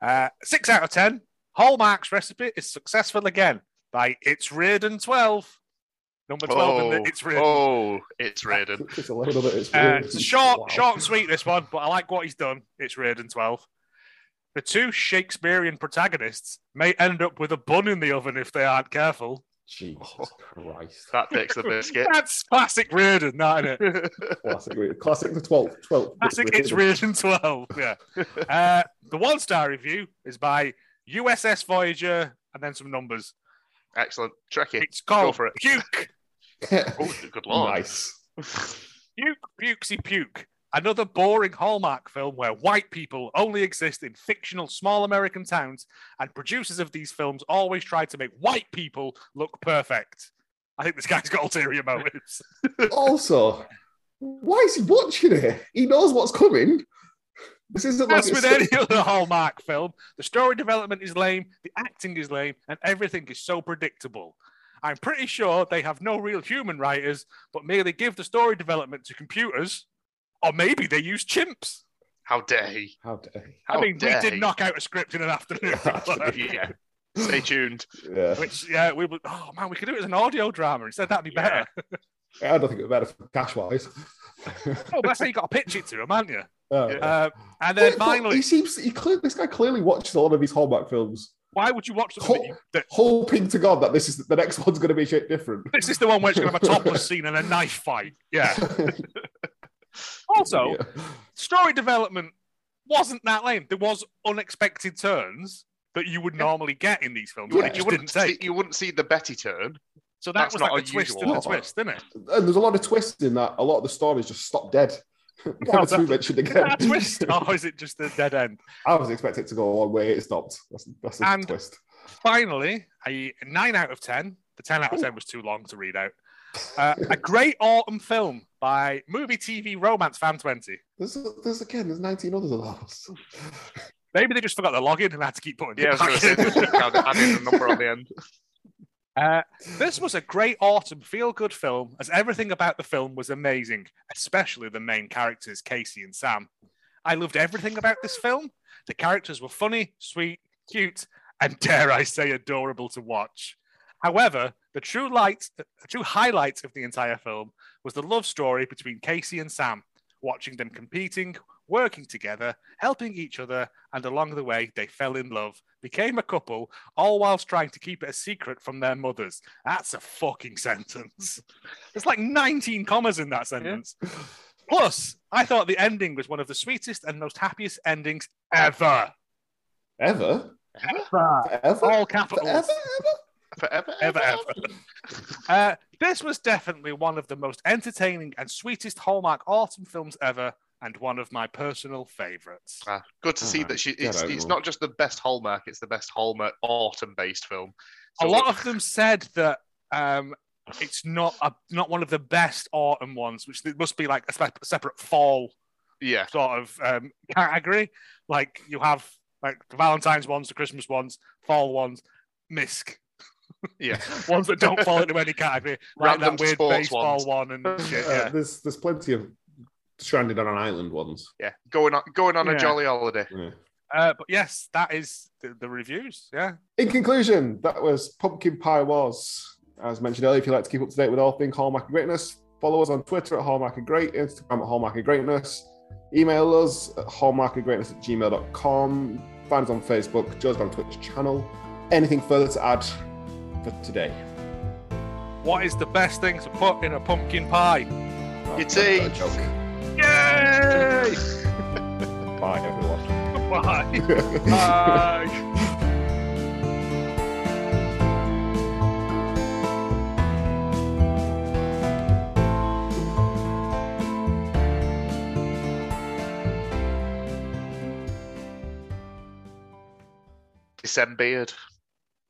C: Uh, six out of ten. Hallmark's recipe is successful again by It's Reardon twelve. Number twelve in the It's Reardon.
B: oh, it's Raiden.
A: It's a little bit. It's,
C: Uh,
A: weird.
C: it's a short,
A: Wow.
C: short and sweet this one, but I like what he's done. It's Reardon 12. The two Shakespearean protagonists may end up with a bun in the oven if they aren't careful.
A: Jesus Christ!
B: That takes the biscuit. *laughs*
C: That's classic Reardon, that, isn't it?
A: Classic, classic. The twelfth, twelfth.
C: Classic It's Reardon 12.
B: *laughs*
C: Yeah. Uh, the one star review is by USS Voyager and then some numbers.
B: Excellent. Trekkie.
C: It's called
B: for it.
C: Puke.
A: *laughs*
B: Oh, good lord.
A: nice.
C: Puke, Pukesy Puke. Another boring Hallmark film where white people only exist in fictional small American towns, and producers of these films always try to make white people look perfect. I think this guy's got ulterior motives.
A: also, why is he watching it? He knows what's coming. This isn't like
C: As with
A: it's-
C: any *laughs* other Hallmark film, the story development is lame, the acting is lame, and everything is so predictable. I'm pretty sure they have no real human writers, but merely give the story development to computers, or maybe they use chimps.
B: How dare he?
A: How dare he?
B: How
C: I mean,
B: dare
C: we
B: he?
C: did knock out a script in an afternoon.
A: *laughs*
B: Yeah. Stay tuned.
A: Yeah.
C: *laughs* Which, yeah, we would. Oh man, we could do it as an audio drama. Instead, that'd be better.
A: I don't think it would matter for cash *laughs* wise.
C: Oh, but that's how you got to pitch it to him, haven't you?
B: Yeah.
C: Uh, and then
A: he
C: finally,
A: seems he clear, this guy clearly watches a lot of his Hallmark films,
C: why would you watch something that you, that
A: hoping to God that this is the next *laughs* one's going to be shit different. *laughs*
C: this is the one where it's going to have a topless scene and a knife fight? Yeah. Also,
A: Yeah.
C: story development wasn't that lame. There was unexpected turns that you would normally get in these films,
B: You
C: but
A: Yeah.
C: it
B: wouldn't, you,
C: just didn't
B: wouldn't see,
C: take.
B: you wouldn't see the Betty turn.
C: So that
B: that's
C: was
B: not
C: like a twist
B: unusual.
C: and a
A: No.
B: *laughs*
C: twist, didn't it?
A: and there's a lot of twists in that. A lot of the stories just stop dead. *laughs* Never to be mentioned again.
C: that twist, *laughs* or is it just a dead end?
A: *laughs* I was expecting it to go one way. It stopped. That's, that's a
C: And-
A: twist.
C: Finally, a nine out of ten. The ten out of ten was too long to read out. Uh, a great autumn film by movie, TV, romance fan twenty.
A: There's, there's again. There's 19 others of those.
C: Maybe they just forgot the login and had to keep putting
B: Yeah, I
C: it
B: was going to *laughs* say,
C: back in.
B: adding the number on the end.
C: Uh, this was a great autumn feel good film, as everything about the film was amazing, especially the main characters, Casey and Sam. I loved everything about this film. The characters were funny, sweet, cute, and *laughs* dare I say, adorable to watch. However, the true light, the true highlight of the entire film was the love story between Casey and Sam, watching them competing, working together, helping each other, and along the way, they fell in love, became a couple, all whilst trying to keep it a secret from their mothers. That's a fucking sentence. There's like 19 commas in that sentence. Plus, I thought the ending was one of the sweetest and most happiest endings ever.
A: Ever?
C: Ever.
A: Ever?
C: All
A: Ever?
C: capitals.
A: Ever?
B: Forever,
C: Ever, Uh, this was definitely one of the most entertaining and sweetest Hallmark autumn films ever, and one of my personal favorites.
B: Ah, good to see that she. It's,
A: out,
B: it's
A: Will.
B: not just the best Hallmark; it's the best Hallmark autumn-based film.
C: a lot of them said that um, it's not a, not one of the best autumn ones, which it must be like a sep- separate fall
B: yeah,
C: sort of um, category. Like you have like the Valentine's ones, the Christmas ones, fall ones, misc
B: yeah.
C: ones that don't fall into any category, like
B: *laughs* Random
C: that weird
B: sports
C: baseball
B: ones.
C: one and shit.
A: Uh,
C: Yeah.
A: There's there's plenty of stranded on an island ones.
B: Yeah, going on, going on
C: Yeah.
B: a jolly holiday.
A: Yeah.
C: Uh, but yes, that is the, the reviews. Yeah.
A: In conclusion, that was Pumpkin Pie Was. As mentioned earlier, if you'd like to keep up to date with all things Hallmark and Greatness, follow us on Twitter at Hallmark and Great, Instagram at Hallmark and Greatness, email us at hallmarkandgreatness at gmail.com, find us on Facebook, join us on Twitch channel. Anything further to add for today?
C: What is the best thing to put in a pumpkin pie?
B: It's
A: That's not
B: a-
A: joke.
C: Yay! *laughs*
A: Bye, everyone.
C: Bye. Bye.
B: December beard.